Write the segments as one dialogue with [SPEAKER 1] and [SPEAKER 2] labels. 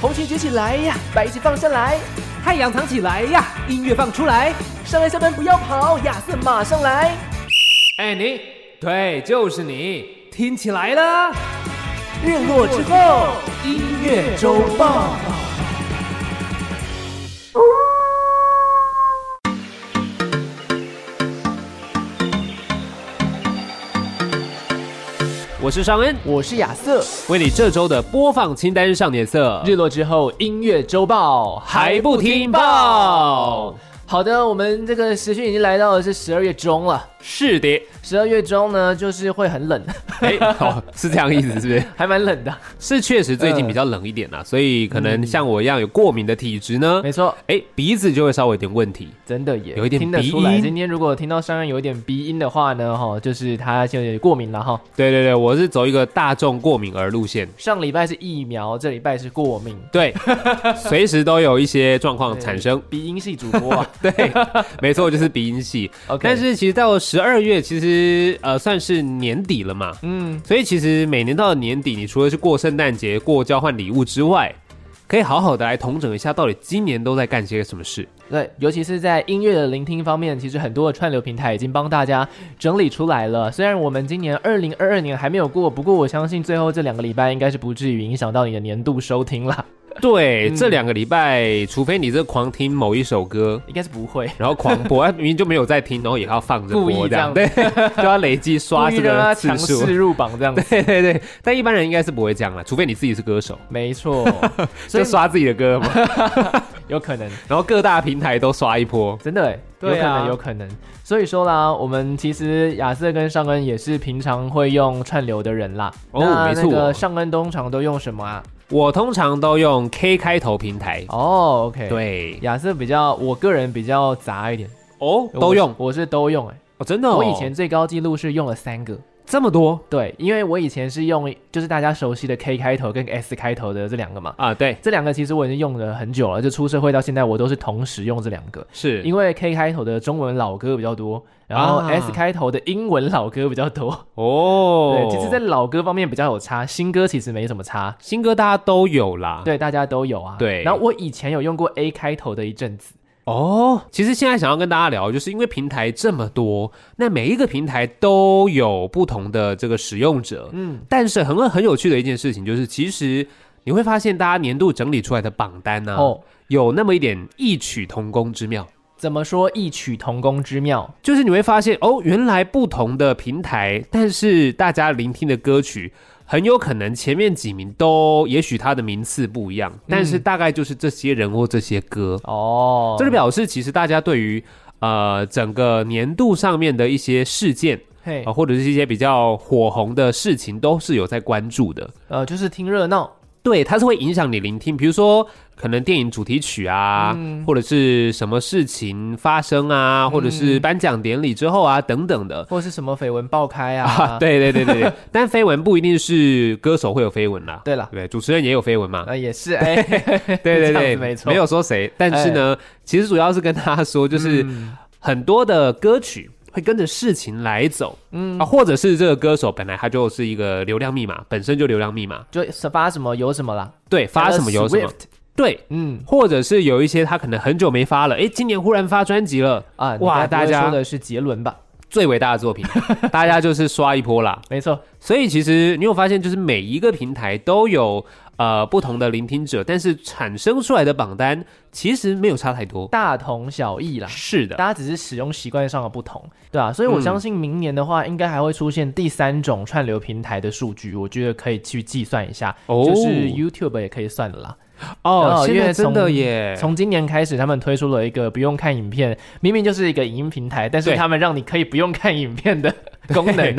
[SPEAKER 1] 红裙举起来呀，白旗放下来，
[SPEAKER 2] 太阳藏起来呀，音乐放出来。
[SPEAKER 1] 上来下班不要跑，亚瑟马上来。
[SPEAKER 2] 哎，你，对，就是你，听起来了。
[SPEAKER 1] 日落之后，
[SPEAKER 2] 音乐周报。我是尚恩，
[SPEAKER 1] 我是亚瑟。
[SPEAKER 2] 为你这周的播放清单上点色，
[SPEAKER 1] 日落之后，音乐周报
[SPEAKER 2] 还不听报？
[SPEAKER 1] 好的，我们这个时序已经来到的是十二月中了。
[SPEAKER 2] 是 的，
[SPEAKER 1] 十二月中呢，就是会很冷，
[SPEAKER 2] 哎，哦，是这样意思，是不 是？
[SPEAKER 1] 还蛮冷的。
[SPEAKER 2] 是确实最近比较冷一点啦，所以可能像我一样有过敏的体质呢，
[SPEAKER 1] 没错，
[SPEAKER 2] 哎，鼻子就会稍微有点问题。
[SPEAKER 1] 真的也
[SPEAKER 2] 有一点
[SPEAKER 1] 听得
[SPEAKER 2] 鼻
[SPEAKER 1] 出来。
[SPEAKER 2] 音
[SPEAKER 1] 今天如果听到商人有一点鼻音的话呢，哈，就是他就有点过敏了哈。
[SPEAKER 2] 对对对，我是走一个大众过敏儿路线，
[SPEAKER 1] 上礼拜是疫苗，这礼拜是过敏。
[SPEAKER 2] 对，随时都有一些状况产 生。
[SPEAKER 1] 鼻音系主播 啊
[SPEAKER 2] 对，没错，就是鼻音系。
[SPEAKER 1] ，OK，
[SPEAKER 2] 但是其实到十二月，其实呃算是年底了嘛，
[SPEAKER 1] 嗯，
[SPEAKER 2] 所以其实每年到了年底，你除了去过圣诞节、过交换礼物之外，可以好好的来统整一下，到底今年都在干些什 么事。
[SPEAKER 1] 对，尤其是在音乐的聆听方面，其实很多的串流平台已经帮大家整理出来了。虽然我们今年二零二二年还没有过，不过我相信最后这两个礼拜应该是不至于影响到你的年度收听 啦，
[SPEAKER 2] 对，
[SPEAKER 1] 嗯
[SPEAKER 2] 这两个礼拜，除非你这狂听某一首歌。
[SPEAKER 1] 应该是不会。
[SPEAKER 2] 然后狂播，啊明明就没有在听，然后也要放着
[SPEAKER 1] 故意
[SPEAKER 2] 播这样，
[SPEAKER 1] 这
[SPEAKER 2] 对， 就要累积刷
[SPEAKER 1] 故
[SPEAKER 2] 这
[SPEAKER 1] 意让
[SPEAKER 2] 个
[SPEAKER 1] 它
[SPEAKER 2] 次
[SPEAKER 1] 啊强
[SPEAKER 2] 数。
[SPEAKER 1] 势入榜这样子，
[SPEAKER 2] 对对对，但一般人应该是不会这样了，除非你自己是歌手，
[SPEAKER 1] 没错，所
[SPEAKER 2] 就
[SPEAKER 1] 以
[SPEAKER 2] 刷自己的歌嘛，
[SPEAKER 1] 有可 能。
[SPEAKER 2] 然后各大平台都刷一波。
[SPEAKER 1] 真的哎、有可
[SPEAKER 2] 对啊
[SPEAKER 1] 能，有可能。所以说啦，我们其实亚瑟跟尚恩也是平常会用串流的人啦。
[SPEAKER 2] 哦
[SPEAKER 1] 那
[SPEAKER 2] 没错
[SPEAKER 1] 那个尚恩通常都用什么啊？
[SPEAKER 2] 我通常都用 K 开头平台，
[SPEAKER 1] 哦，OK、o k，
[SPEAKER 2] 对，
[SPEAKER 1] 亚瑟比较，我个人比较杂一点，
[SPEAKER 2] 哦，
[SPEAKER 1] 我
[SPEAKER 2] 都
[SPEAKER 1] 是
[SPEAKER 2] 用，
[SPEAKER 1] 我是都用哎、
[SPEAKER 2] 哦，真的哦，
[SPEAKER 1] 我以前最高记录是用了三个。
[SPEAKER 2] 这么多
[SPEAKER 1] 对，因为我以前是用就是大家熟悉的 K 开头跟 S 开头的这两个嘛，
[SPEAKER 2] 啊，对，
[SPEAKER 1] 这两个其实我已经用了很久了，就出社会到现在我都是同时用这两个。
[SPEAKER 2] 是，
[SPEAKER 1] 因为 K 开头的中文老歌比较多，然后
[SPEAKER 2] 啊
[SPEAKER 1] S 开头的英文老歌比较多。
[SPEAKER 2] 哦，
[SPEAKER 1] 对，其实，在老歌方面比较有差，新歌其实没什么差。
[SPEAKER 2] 新歌大家都有啦，，
[SPEAKER 1] 对，大家都有啊。
[SPEAKER 2] 对
[SPEAKER 1] 然后我以前有用过 A 开头的一阵子，
[SPEAKER 2] 哦，其实现在想要跟大家聊，就是因为平台这么多，那每一个平台都有不同的这个使用者，
[SPEAKER 1] 嗯，
[SPEAKER 2] 但是很很有趣的一件事情就是，其实你会发现大家年度整理出来的榜单呢、
[SPEAKER 1] 哦，
[SPEAKER 2] 有那么一点异曲同工之妙。
[SPEAKER 1] 怎么说异曲同工之妙？
[SPEAKER 2] 就是你会发现哦，原来不同的平台，但是大家聆听的歌曲很有可能前面几名都，也许它的名次不一样，但是大概就是这些人或这些歌，
[SPEAKER 1] 哦，
[SPEAKER 2] 这就表示其实大家对于呃整个年度上面的一些事件
[SPEAKER 1] 嘿
[SPEAKER 2] 啊、呃或者是一些比较火红的事情，都是有在关注的。
[SPEAKER 1] 呃，就是听热闹，
[SPEAKER 2] 对，它是会影响你聆听，比如说可能电影主题曲啊，或者是什么事情发生啊，或者是颁奖典礼之后啊等等的。
[SPEAKER 1] 或是什么绯闻爆开啊？
[SPEAKER 2] 啊，对对对对 对，但绯闻不一定是歌手会有绯闻啦，
[SPEAKER 1] 对了，
[SPEAKER 2] 对，主持人也有绯闻嘛，
[SPEAKER 1] 呃，也是，哎，
[SPEAKER 2] 对对
[SPEAKER 1] 这样
[SPEAKER 2] 对，
[SPEAKER 1] 子没错哎
[SPEAKER 2] 有说谁，但是呢，其实主要是跟大家说，就是
[SPEAKER 1] 嗯
[SPEAKER 2] 很多的歌曲会跟着事情来走，嗯啊，或者是这个歌手本来他就是一个流量密码，本身就流量密码，
[SPEAKER 1] 就是发什么有什么啦，
[SPEAKER 2] 对，发什么有什么
[SPEAKER 1] Swift，，
[SPEAKER 2] 对，
[SPEAKER 1] 嗯
[SPEAKER 2] 或者是有一些他可能很久没发了，诶，今年忽然发专辑了，
[SPEAKER 1] 啊，
[SPEAKER 2] 哇
[SPEAKER 1] 哇，大
[SPEAKER 2] 大
[SPEAKER 1] 家
[SPEAKER 2] 家
[SPEAKER 1] 说的是杰伦吧？
[SPEAKER 2] 最伟大的 作品，大家就是刷一波啦。
[SPEAKER 1] 没错，
[SPEAKER 2] 所以其实你有发现，就是每一个平台都有呃不同的聆听者，但是产生出来的榜单其实没有差太多。
[SPEAKER 1] 大同小异啦。
[SPEAKER 2] 是的，
[SPEAKER 1] 大家只是使用习惯上的不同，对啊，所以我
[SPEAKER 2] 嗯
[SPEAKER 1] 相信明年的话，应该还会出现第三种串流平台的数据，我觉得可以去计算一下，
[SPEAKER 2] 哦
[SPEAKER 1] 就是 YouTube 也可以算的啦。
[SPEAKER 2] 哦
[SPEAKER 1] 哦，
[SPEAKER 2] 现
[SPEAKER 1] 因
[SPEAKER 2] 在
[SPEAKER 1] 为
[SPEAKER 2] 真的
[SPEAKER 1] 从
[SPEAKER 2] 耶，
[SPEAKER 1] 从今年开始，他们推出了一个不用看影片，明明就是一个影音平台，但是
[SPEAKER 2] 对
[SPEAKER 1] 他们让你可以不用看影片的 功能，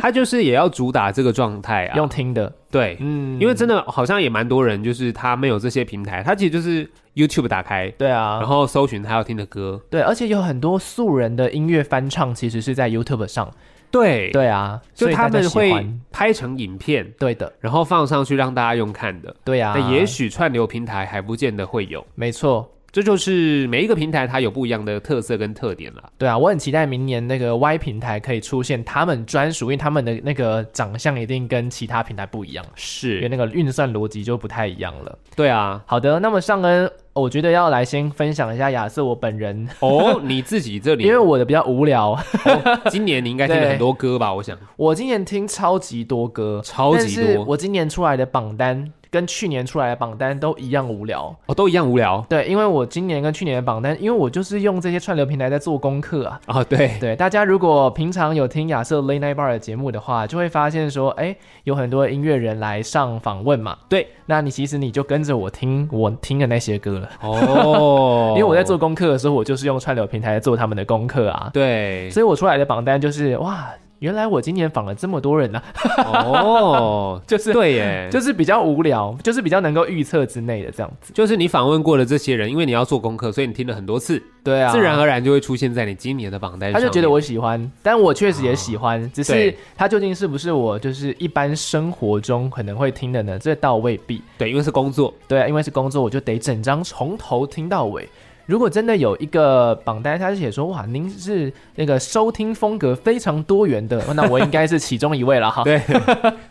[SPEAKER 2] 他就是也要主打这个状态啊。
[SPEAKER 1] 用听的，
[SPEAKER 2] 对，
[SPEAKER 1] 嗯，
[SPEAKER 2] 因为真的好像也蛮多人，就是他没有这些平台，他其实就是 YouTube 打开，
[SPEAKER 1] 对
[SPEAKER 2] 然
[SPEAKER 1] 啊，
[SPEAKER 2] 后搜寻他要听的歌。
[SPEAKER 1] 对，而且有很多素人的音乐翻唱其实是在 YouTube 上，
[SPEAKER 2] 对，
[SPEAKER 1] 对啊，
[SPEAKER 2] 就
[SPEAKER 1] 所以
[SPEAKER 2] 他
[SPEAKER 1] 大家
[SPEAKER 2] 们
[SPEAKER 1] 喜
[SPEAKER 2] 会
[SPEAKER 1] 欢
[SPEAKER 2] 拍成影片，
[SPEAKER 1] 对的，
[SPEAKER 2] 然后放上去让大家用看的。
[SPEAKER 1] 对啊，
[SPEAKER 2] 那也许串流平台还不见得会有。
[SPEAKER 1] 没错，
[SPEAKER 2] 这就是每一个平台它有不一样的特色跟特点了。
[SPEAKER 1] 对啊，我很期待明年那个 Y 平台可以出现他们专属，因为他们的那个长相一定跟其他平台不一样，因为
[SPEAKER 2] 是，
[SPEAKER 1] 那个运算逻辑就不太一样了。
[SPEAKER 2] 对 啊。
[SPEAKER 1] 好的，那么上恩，我觉得要来先分享一下亚瑟我本人，
[SPEAKER 2] 哦，你自己这里，
[SPEAKER 1] 因为我的比较无聊，
[SPEAKER 2] 今年你应该听了很多歌吧？我想
[SPEAKER 1] 我今年听超级多歌，
[SPEAKER 2] 超级多
[SPEAKER 1] 但是我今年出来的榜单跟去年出来的榜单都一样无聊。
[SPEAKER 2] 哦，都一样无 聊
[SPEAKER 1] 对，因为我今年跟去年的榜单，因为我就是用这些串流平台在做功课啊。
[SPEAKER 2] 啊、哦。对，
[SPEAKER 1] 对，大家如果平常有听亚瑟 Late Night Bar 的节目的话，就会发现说，哎，有很多音乐人来上访问嘛。
[SPEAKER 2] 对，
[SPEAKER 1] 那你其实你就跟着我听我听的那些歌了，
[SPEAKER 2] 哦
[SPEAKER 1] 因为我在做功课的时候，我就是用串流平台做他们的功课啊。
[SPEAKER 2] 对，
[SPEAKER 1] 所以我出来的榜单就是，哇，原来我今年访了这么多人啊，
[SPEAKER 2] 哦，
[SPEAKER 1] 就是
[SPEAKER 2] 对耶，就
[SPEAKER 1] 就是比较无聊，就是比较能够预测之内的这样子。
[SPEAKER 2] 就是你访问过的这些人，因为你要做功课，所以你听了很多次，
[SPEAKER 1] 对啊，
[SPEAKER 2] 自然而然就会出现在你今年的榜单
[SPEAKER 1] 他
[SPEAKER 2] 上面。
[SPEAKER 1] 就觉得我喜欢，但我确实也喜欢，只是
[SPEAKER 2] 对
[SPEAKER 1] 他究竟是不是我就是一般生活中可能会听的呢？这倒未必。
[SPEAKER 2] 对，因为是工作，
[SPEAKER 1] 对啊，因为是工作，我就得整张从头听到尾。如果真的有一个榜单，他是写说哇，您是那个收听风格非常多元的， 那我应该是其中一位了哈。
[SPEAKER 2] 对，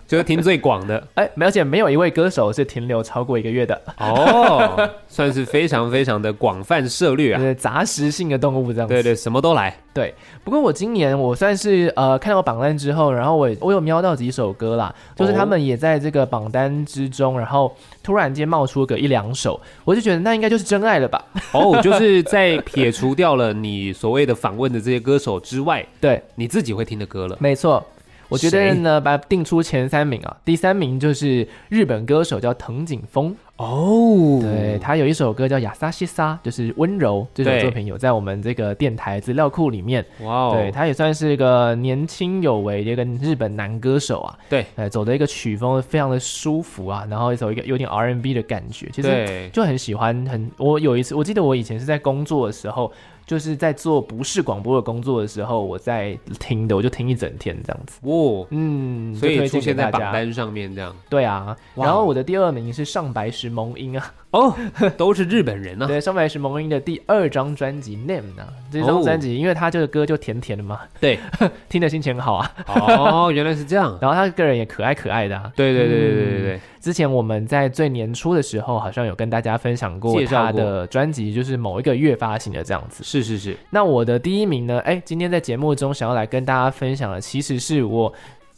[SPEAKER 2] 就是听最 广的
[SPEAKER 1] 哎，而且没有一位歌手是停留超过一个月的，
[SPEAKER 2] 哦，算是非常非常的广泛涉猎
[SPEAKER 1] 就
[SPEAKER 2] 啊。
[SPEAKER 1] 是杂食性的动物这样子。
[SPEAKER 2] 对对，什么都来。
[SPEAKER 1] 对，不过我今年我算是呃看到榜单之后，然后我我有瞄到几首歌啦，就是他们也在这个榜单之中，然后突然间冒出个一两首，我就觉得那应该就是真爱了吧？
[SPEAKER 2] 哦，就是在撇除掉了你所谓的访问的这些歌手之外，
[SPEAKER 1] 对，
[SPEAKER 2] 你自己会听的歌了。
[SPEAKER 1] 没错。我觉得
[SPEAKER 2] 谁
[SPEAKER 1] 呢，把它定出前三名啊，第三名就是日本歌手叫藤井风，
[SPEAKER 2] 哦
[SPEAKER 1] 对，他有一首歌叫《亚萨西莎》，就是温柔这首
[SPEAKER 2] 对
[SPEAKER 1] 作品有在我们这个电台资料库里面，
[SPEAKER 2] 哇哦，
[SPEAKER 1] 对他也算是一个年轻有为的一个日本男歌手啊，
[SPEAKER 2] 对
[SPEAKER 1] 呃，走的一个曲风非常的舒服啊，然后走一个有点 R N B 的感觉，其实
[SPEAKER 2] 对
[SPEAKER 1] 就很喜欢。很，我有一次，我记得我以前是在工作的时候，就是在做不是广播的工作的时候，我在听的，我就听一整天这样子。
[SPEAKER 2] 哦，
[SPEAKER 1] 嗯，
[SPEAKER 2] 所以
[SPEAKER 1] 就推
[SPEAKER 2] 出
[SPEAKER 1] 荐给
[SPEAKER 2] 现在
[SPEAKER 1] 大
[SPEAKER 2] 榜
[SPEAKER 1] 家。
[SPEAKER 2] 单上面这样。
[SPEAKER 1] 对啊，
[SPEAKER 2] 哇
[SPEAKER 1] 然后我的第二名是上白石萌音 啊，
[SPEAKER 2] 哦，都是日本人呢、啊
[SPEAKER 1] 对，上白石萌音的第二张专辑《Name》呢，这张
[SPEAKER 2] 哦
[SPEAKER 1] 专辑，因为他这个歌就甜甜的嘛，
[SPEAKER 2] 对，
[SPEAKER 1] 听的心情很好啊。
[SPEAKER 2] 哦，原来是这样。
[SPEAKER 1] 然后他个人也可爱可爱的、啊。
[SPEAKER 2] 对对对对对对
[SPEAKER 1] 之前我们在最年初的时候，好像有跟大家分享过
[SPEAKER 2] 介绍
[SPEAKER 1] 他
[SPEAKER 2] 过
[SPEAKER 1] 的专辑，就是某一个月发行的这样子。
[SPEAKER 2] 是是是，
[SPEAKER 1] 那我的第一名呢？哎，今天在节目中想要来跟大家分享的，其实是我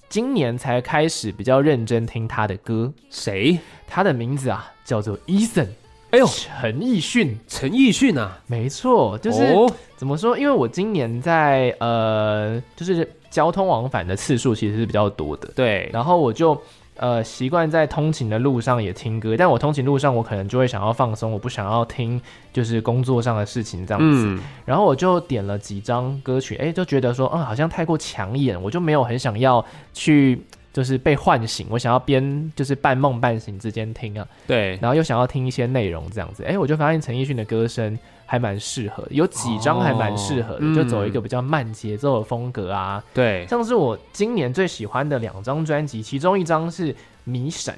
[SPEAKER 1] 今年才开始比较认真听他的歌。
[SPEAKER 2] 谁？
[SPEAKER 1] 他的名字啊，叫做 Eason，
[SPEAKER 2] 哎呦，
[SPEAKER 1] 陈奕迅。
[SPEAKER 2] 陈奕迅啊，
[SPEAKER 1] 没错，就是、
[SPEAKER 2] 哦
[SPEAKER 1] 怎么说？因为我今年在呃，就是交通往返的次数其实是比较多的。
[SPEAKER 2] 对，
[SPEAKER 1] 然后我就呃习惯在通勤的路上也听歌，但我通勤路上我可能就会想要放松，我不想要听就是工作上的事情这样子。
[SPEAKER 2] 嗯，
[SPEAKER 1] 然后我就点了几张歌曲，哎，就觉得说嗯好像太过抢眼，我就没有很想要去。就是被唤醒，我想要边就是半梦半醒之间听啊，
[SPEAKER 2] 对，
[SPEAKER 1] 然后又想要听一些内容这样子，哎，我就发现陈奕迅的歌声还蛮适合的，有几张还蛮适合的，
[SPEAKER 2] 哦
[SPEAKER 1] 就走一个比较慢节奏的风格啊，
[SPEAKER 2] 对，
[SPEAKER 1] 像是我今年最喜欢的两张专辑，其中一张是《迷闪》，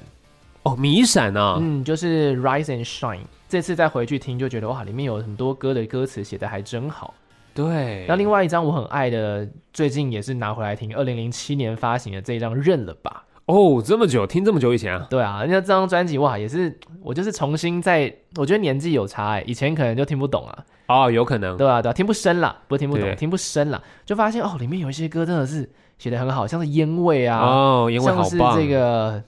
[SPEAKER 2] 哦，迷闪啊，
[SPEAKER 1] 嗯，就是《Rise and Shine》。这次再回去听，就觉得哇，里面有很多歌的歌词写的还真好。
[SPEAKER 2] 对，
[SPEAKER 1] 那另外一张我很爱的，最近也是拿回来听，二零零七年发行的这一张《认了吧
[SPEAKER 2] 哦，这么久，听这么久以前》。啊，
[SPEAKER 1] 对啊，那这张专辑哇，也是我就是重新在，我觉得年纪有差哎、以前可能就听不懂啊，
[SPEAKER 2] 哦，有可能，
[SPEAKER 1] 对啊，对啊，听不深啦，不是听不懂，
[SPEAKER 2] 对
[SPEAKER 1] 听不深啦，就发现哦，里面有一些歌真的是写的很好，像是烟味啊，
[SPEAKER 2] 哦，因为
[SPEAKER 1] 像
[SPEAKER 2] 好
[SPEAKER 1] 是
[SPEAKER 2] 棒，
[SPEAKER 1] 这个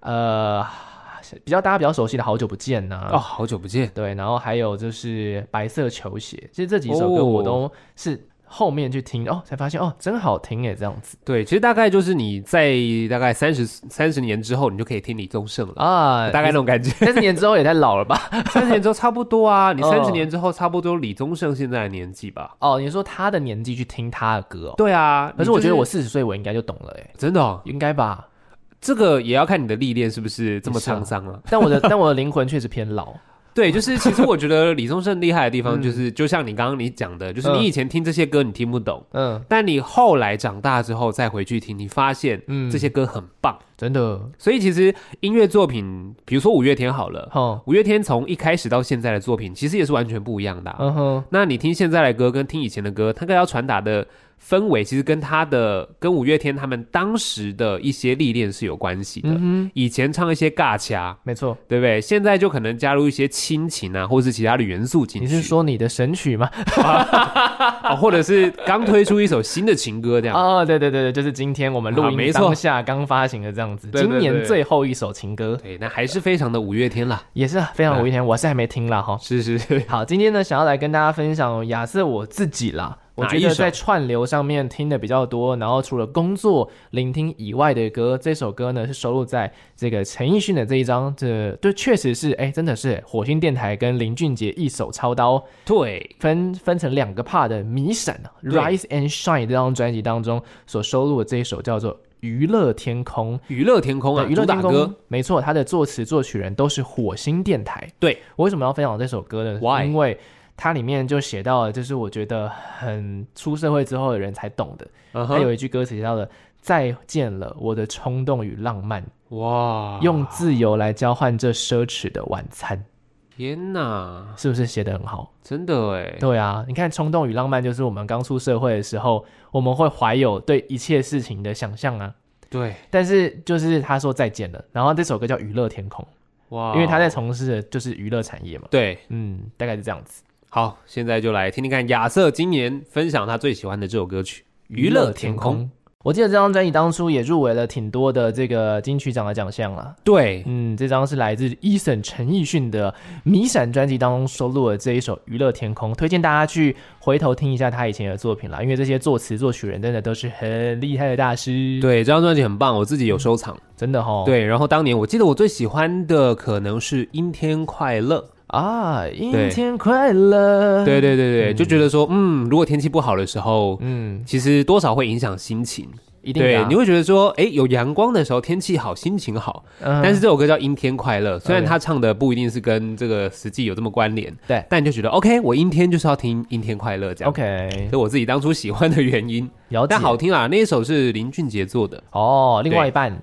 [SPEAKER 1] 呃比较大家比较熟悉的好久不见呐、
[SPEAKER 2] 哦，好久不见，
[SPEAKER 1] 对，然后还有就是白色球鞋，其实这几首歌
[SPEAKER 2] 哦
[SPEAKER 1] 我都是后面去听哦才发现哦真好听哎这样子
[SPEAKER 2] 对，其实大概就是你在大概三十三十年之后，你就可以听李宗盛了，
[SPEAKER 1] 啊，
[SPEAKER 2] 哦大概那种 感觉。
[SPEAKER 1] 三十年之后也太老了吧？
[SPEAKER 2] 三十年之后差不多啊，你
[SPEAKER 1] 哦
[SPEAKER 2] 三十年之后差不多李宗盛现在的年纪吧？
[SPEAKER 1] 哦，你说他的年纪去听他的歌、哦，
[SPEAKER 2] 对啊，
[SPEAKER 1] 可是我觉得我
[SPEAKER 2] 是
[SPEAKER 1] 四十岁我应该就懂了哎，
[SPEAKER 2] 真的、哦，
[SPEAKER 1] 应该吧？
[SPEAKER 2] 这个也要看你的历练是不是这么
[SPEAKER 1] 是啊
[SPEAKER 2] 沧桑了、
[SPEAKER 1] 但我的但我的灵魂确实偏老，
[SPEAKER 2] 对，就是其实我觉得李宗盛厉害的地方，就是、就像你刚刚你讲的，就是
[SPEAKER 1] 嗯
[SPEAKER 2] 你以前听这些歌你听不懂，
[SPEAKER 1] 嗯，
[SPEAKER 2] 但你后来长大之后再回去听，你发现
[SPEAKER 1] 嗯
[SPEAKER 2] 这些歌很棒。
[SPEAKER 1] 真的，
[SPEAKER 2] 所以其实音乐作品，比如说五月天好了，
[SPEAKER 1] 好，
[SPEAKER 2] 五月天从一开始到现在的作品，其实也是完全不一样的啊、
[SPEAKER 1] 嗯哼，
[SPEAKER 2] 那你听现在的歌跟听以前的歌，他要传达的氛围，其实跟他的跟五月天他们当时的一些历练是有关系的。
[SPEAKER 1] 嗯哼，
[SPEAKER 2] 以前唱一些尬掐，
[SPEAKER 1] 没错，
[SPEAKER 2] 对不对？现在就可能加入一些亲情啊，或是其他的元素进
[SPEAKER 1] 你
[SPEAKER 2] 去。
[SPEAKER 1] 是说你的神曲吗？
[SPEAKER 2] 啊，或者是刚推出一首新的情歌这 样？
[SPEAKER 1] 哦，对对对对，就是今天我们录
[SPEAKER 2] 啊
[SPEAKER 1] 音
[SPEAKER 2] 没错
[SPEAKER 1] 当下刚发行的这样子，
[SPEAKER 2] 对对
[SPEAKER 1] 今
[SPEAKER 2] 对
[SPEAKER 1] 年最后一首情歌，
[SPEAKER 2] 对，那还是非常的五月天啦。
[SPEAKER 1] 也是非常五月天，我是还没听啦哈。
[SPEAKER 2] 是是是，
[SPEAKER 1] 好，今天呢，想要来跟大家分享亚瑟我自己啦。我
[SPEAKER 2] 哪
[SPEAKER 1] 觉
[SPEAKER 2] 一
[SPEAKER 1] 得
[SPEAKER 2] 首
[SPEAKER 1] 在串流上面听的比较多，然后除了工作聆听以外的歌，这首歌呢是收录在这个陈奕迅的这一张，这对确实是哎，真的是火星电台跟林俊杰一手操刀，
[SPEAKER 2] 对，
[SPEAKER 1] 分分成两个 part 的《迷闪》啊，《
[SPEAKER 2] 对
[SPEAKER 1] Rise and Shine》这张专辑当中所收录的这一首叫做《娱乐天空》。
[SPEAKER 2] 娱乐天空啊，
[SPEAKER 1] 娱乐天
[SPEAKER 2] 主打
[SPEAKER 1] 空
[SPEAKER 2] 歌，，
[SPEAKER 1] 没错，它的作词作曲人都是火星电台。
[SPEAKER 2] 对，
[SPEAKER 1] 我为什么要分享这首歌呢
[SPEAKER 2] Why？
[SPEAKER 1] 因为它里面就写到了，就是我觉得很出社会之后的人才懂的。
[SPEAKER 2] 嗯
[SPEAKER 1] 它有
[SPEAKER 2] 哼，
[SPEAKER 1] 一句歌词写到了：“再见了，我的冲动与浪漫，
[SPEAKER 2] 哇，
[SPEAKER 1] 用自由来交换这奢侈的晚餐。
[SPEAKER 2] 天哪”，
[SPEAKER 1] 是不是写得很好？
[SPEAKER 2] 真的哎，
[SPEAKER 1] 对啊，你看，冲动与浪漫就是我们刚出社会的时候，我们会怀有对一切事情的想象啊。
[SPEAKER 2] 对，
[SPEAKER 1] 但是就是他说再见了，然后这首歌叫《娱乐天空》，
[SPEAKER 2] 哇，
[SPEAKER 1] 因为他在从事的就是娱乐产业嘛。
[SPEAKER 2] 对，
[SPEAKER 1] 嗯，大概是这样子。
[SPEAKER 2] 好，现在就来听听看亚瑟今年分享他最喜欢的这首歌曲《娱乐天空》。。
[SPEAKER 1] 我记得这张专辑当初也入围了挺多的这个金曲奖的奖项啦。
[SPEAKER 2] 对，
[SPEAKER 1] 嗯，这张是来自 Eason 陈奕迅的《迷闪》专辑当中收录的这一首《娱乐天空》，推荐大家去回头听一下他以前的作品啦，因为这些作词作曲人真的都是很厉害的大师，，
[SPEAKER 2] 对，这张专辑很棒，我自己有收藏。
[SPEAKER 1] 真的哈。
[SPEAKER 2] 对，然后当年我记得我最喜欢的可能是《阴天快乐》。
[SPEAKER 1] 啊，阴天快乐，
[SPEAKER 2] 对，对对对，就觉得说，嗯，如果天气不好的时候，
[SPEAKER 1] 嗯，
[SPEAKER 2] 其实多少会影响心情。
[SPEAKER 1] 一定的
[SPEAKER 2] 对
[SPEAKER 1] 啊、，
[SPEAKER 2] 你会觉得说，哎，有阳光的时候，天气好，心情好。
[SPEAKER 1] 嗯
[SPEAKER 2] 但是这首歌叫《阴天快乐》，虽然
[SPEAKER 1] OK
[SPEAKER 2] 他唱的不一定是跟这个实际有这么关联，
[SPEAKER 1] 对
[SPEAKER 2] 但你就觉得，OK，我阴天就是要听《阴天快乐》这样。
[SPEAKER 1] OK，
[SPEAKER 2] 这我自己当初喜欢的原因。
[SPEAKER 1] 了解。
[SPEAKER 2] 但好听啦，啊那一首是林俊杰做的，
[SPEAKER 1] 哦，另外一半